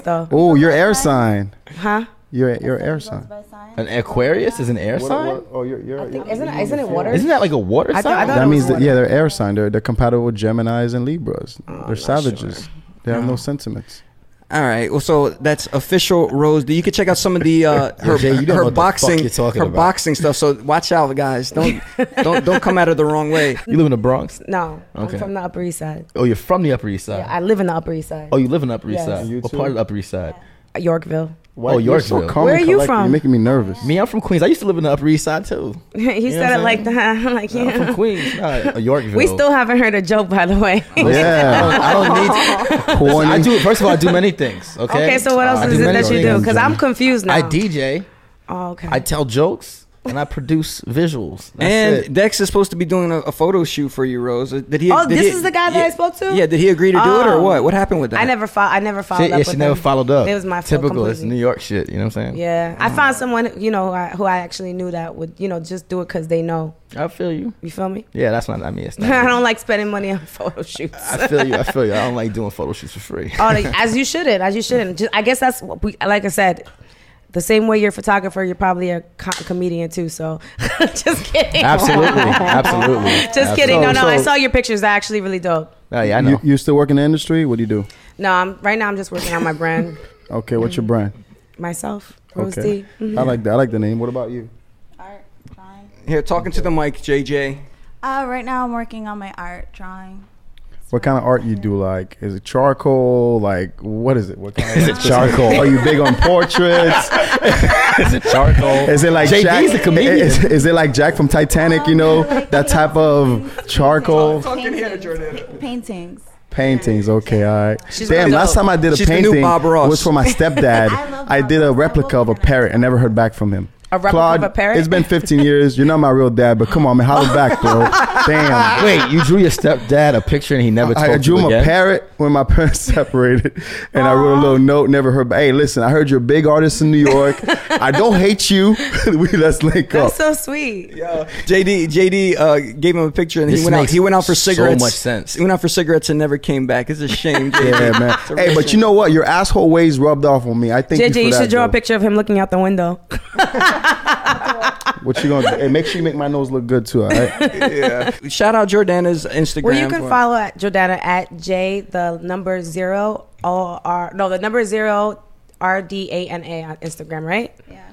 H: though,
D: Oh, your air sign.
H: huh?
D: Your your air sign.
I: By sign.
E: An Aquarius is an air sign.
D: oh, your, your,
H: Isn't it, isn't it water?
E: Isn't that like a water
H: I
E: sign?
H: thought- I thought-
D: that means
H: was
D: that, yeah, they're air sign. They're, they're compatible with Geminis and
H: Oh,
D: Libras. they're savages. They have no sentiments.
B: All right. Well, so that's official Rose. D. You can check out some of the uh, her
E: Jay, you don't know
B: her
E: what the fuck
B: boxing
E: you're talking
B: her
E: about.
B: boxing stuff. So watch out, guys. Don't don't don't come at her the wrong way.
E: you live in the Bronx.
H: No,
E: Okay.
H: I'm from the Upper East Side.
E: Oh, you're from the Upper East Side.
H: I live in the Upper East Side,
E: oh, you live in the Upper East
H: Yes.
E: Side.
D: You
E: What
D: too?
E: part of the Upper East Side?
H: Yorkville.
D: Why,
E: Oh,
D: you're
E: Yorkville.
D: calm
H: Where
D: and
H: are you
D: collected.
H: from?
D: You're making me nervous.
E: Me, I'm from Queens. I used to live in the Upper East Side too.
H: he
E: know what
H: said
E: I'm
H: it like
E: saying?
H: that. I'm like,
E: I'm from
H: yeah.
E: Queens, not uh, Yorkville.
H: We still haven't heard a joke, by the way.
D: Yeah.
E: I don't need.
D: Corny.
E: I do. First of all, I do many things. Okay. Uh,
H: okay, so what else
E: I do
H: is it
E: many
H: that you do?
E: things.
H: Because I'm confused now.
E: I DJ.
H: Oh, okay.
E: I tell jokes and I produce visuals. That's
B: and
E: it.
B: Dex is supposed to be doing a, a photo shoot for you, Rose. Uh, Did he?
H: Oh,
B: did
H: this
B: he-
H: is the guy that I
B: yeah.
H: spoke to?
B: Yeah. Did he agree to do it or
H: Oh.
B: what? What happened with that?
H: I never follow. I never followed
E: She,
H: up.
E: yeah, she
H: with
E: never
H: him.
E: followed up.
H: It was my fault
E: typical. It's
H: completely.
E: New York shit. You know what I'm saying?
H: Yeah, I found someone you know who I, who I actually knew that would you know just do it because they know.
E: I feel you.
H: You feel me?
E: Yeah, that's not. I mean, it's not.
H: I don't like spending money on photo shoots.
E: I feel you. I feel you. I don't like doing photo shoots for free.
H: Oh, like, as you shouldn't. As you shouldn't. Just, I guess that's what we, like I said. The same way you're a photographer, you're probably a co- comedian too. So, just kidding.
E: Absolutely. Absolutely.
H: Just kidding. No, no. I
D: So-
H: saw your pictures. They're actually really dope.
E: Oh, yeah, I know.
D: You, you still work in the industry? What do you do?
H: No, I'm right now. I'm just working on my brand
D: Okay, what's your brand?
H: Mm-hmm. myself. Rose
D: Okay.
H: D.
D: I like that. I like the name. What about you?
I: Art, drawing.
B: Here, talking to the mic, JJ.
I: Uh, right now, I'm working on my art, drawing.
D: What kind of art you do? Like, is it charcoal? Like, what is it? What kind
E: Is
D: of
E: it charcoal?
D: Are you big on portraits?
E: Is it charcoal?
D: Is it like
E: JD's
D: Jack?
E: a comedian.
D: Is, is it like Jack from Titanic? You know that type of charcoal
I: Paintings. Paintings.
D: paintings. Okay, all right.
H: She's
D: Damn,
H: really
D: last
H: dope.
D: time I did a
B: She's the new
D: painting
B: Bob Ross.
D: was for my stepdad.
I: I love
D: I
I: Bob
D: did a
I: Ross.
D: replica of a parrot and never heard back from him.
H: A replica
D: Claude,
H: of a parrot?
D: It's been 15 years. You're not my real dad, but come on, man, holler back, bro. Damn.
E: Wait, you drew your stepdad a picture and he never told
D: I, I drew
E: you
D: him
E: again?
D: a parrot when my parents separated, and I wrote a little note. Never heard. Hey, listen, I heard you're a big artist in New York. I don't hate you. we let's link up.
H: That's so sweet.
B: JD JD uh, gave him a picture and
E: This
B: he went out.
E: makes
B: He went out for
E: so
B: cigarettes.
E: much sense.
B: He went out for cigarettes and never came back. It's a shame. JD.
D: yeah, man.
B: It's a
D: Hey,
B: real
D: but
B: shame.
D: you know what? Your asshole ways rubbed off on me. I think
H: JJ, you should draw a
D: picture.
H: picture of him looking out the window.
D: What you gonna do? Hey, make sure you make my nose look good too. All right.
B: Shout out Jordana's Instagram.
H: Well, you can follow at Jordana at J the number zero O R no the number zero R D A N A on Instagram, right?
I: Yeah.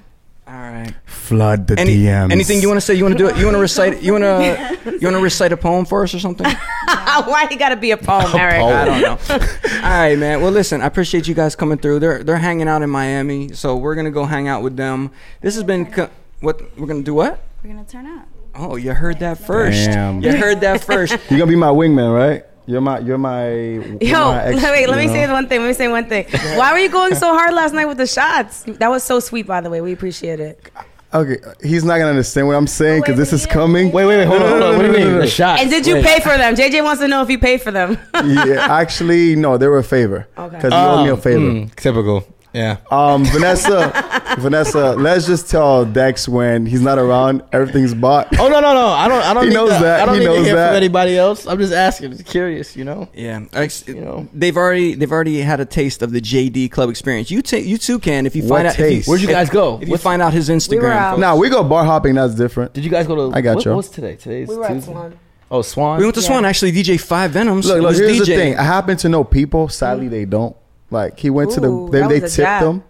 B: All right.
D: Flood the
B: Any,
D: DMs.
B: anything you want to say? You want to do it? You want to recite? You want to? You want to recite a poem for us or something?
H: Why you gotta be a poem, Eric?
E: poem.
B: I don't know. All right, man. Well, listen, I appreciate you guys coming through. They're they're hanging out in Miami, so we're gonna go hang out with them. This has been co- what we're gonna do. What?
I: We're going to turn up.
B: Oh, you heard that first.
D: Damn.
B: You heard that first.
D: You're gonna be my wingman, right? You're my. You're my. Yo,
H: Yo, wait, let me say one thing. Let me say one thing. Why were you going so hard last night with the shots? That was so sweet, by the way. We appreciate it.
D: Okay, he's not gonna understand what I'm saying because this is coming.
E: Wait, wait, wait. Hold on. Hold on. What do you mean? The shot.
H: And did you pay for them? JJ wants to know if you paid for them.
D: yeah, actually, no, they were a favor.
H: Okay.
D: Because you owe me a favor.
E: typical. Yeah.
D: Um, Vanessa, Vanessa, let's just tell Dex when he's not around, everything's bought.
E: Oh no no no! I don't I don't
D: He
E: need
D: knows
E: to-
D: that.
E: I don't
D: He
E: need to
D: knows
E: hear
D: that.
E: from anybody else. I'm just asking, just curious, you know.
B: Yeah, ex-
E: know.
B: they've already they've already had a taste of the JD Club experience. You ta you too can if you
D: What
B: find out. if
D: taste?
E: Where'd you
B: if-
E: guys go?
B: If you
E: What's-
B: find out his Instagram.
H: We were out.
D: Now we go bar hopping. That's different.
E: Did you guys go to?
D: I got
E: what,
D: you.
E: What was today? Today's
H: We were at
E: Tuesday.
H: Swan.
E: Oh, Swan.
B: We went to Swan actually. DJ Five Venoms.
D: Look, look.
B: was
D: Here's the
B: DJing.
D: thing. I happen to know people. Sadly, they don't. Like he went to
H: Ooh,
D: the.
H: that
D: They, they
H: was a
D: tipped
H: jab.
D: him.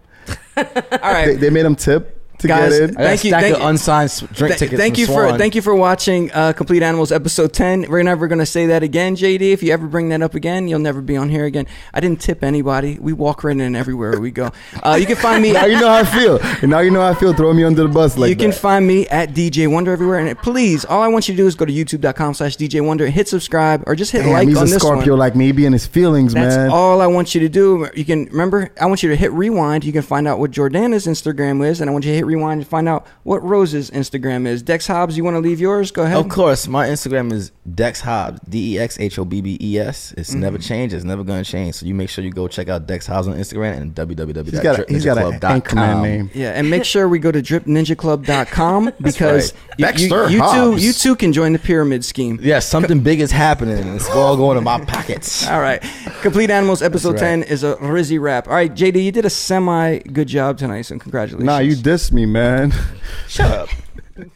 B: All right,
D: They, they made him tip to
B: Guys,
D: get in.
E: I got a
B: Thank you,
E: stack
B: thank
E: of
B: you.
E: unsigned s- drink
B: Th-
E: tickets.
B: thank
E: from
B: you for
E: Swan.
B: thank you for watching uh, Complete Animals episode ten. We're never gonna say that again, JD. If you ever bring that up again, you'll never be on here again. I didn't tip anybody. We walk right in everywhere we go. Uh, you can find me.
D: now you know how I feel. And now you know how I feel. Throw me under the bus like
B: you can
D: that.
B: find me at DJ Wonder everywhere. And please, all I want you to do is go to youtube.com slash DJ Wonder, hit subscribe, or just hit
D: Damn,
B: like
D: he's
B: on
D: a
B: this
D: Scorpio
B: one.
D: like me, being his feelings,
B: That's
D: man.
B: all I want you to do. You can remember, I want you to hit rewind. You can find out what Jordana's Instagram is, and I want you to hit minute rewind to find out what Rose's Instagram is. Dex Hobbs, you want to leave yours? Go ahead.
E: Of course, my Instagram is Dex Hobbs, D E X H O B B E S. It's never changed. It's never gonna change. So you make sure you go check out Dex Hobbs on Instagram and
D: He's got a, he's got an anchorman
E: www.tripninjaclub.com.
D: name.
B: Yeah, and make sure we go to dripninjaclub.com because
E: right.
B: you,
E: Dexter
B: you, you too
E: Hobbs.
B: you too can join the pyramid scheme.
E: Yeah, something big is happening. It's all going in my pockets.
B: All right. Complete Animals episode
E: That's right.
B: 10 is a Rizzy wrap. All right, JD, you did a semi good job tonight, so congratulations.
D: Nah, you dissed me, man.
E: Shut up.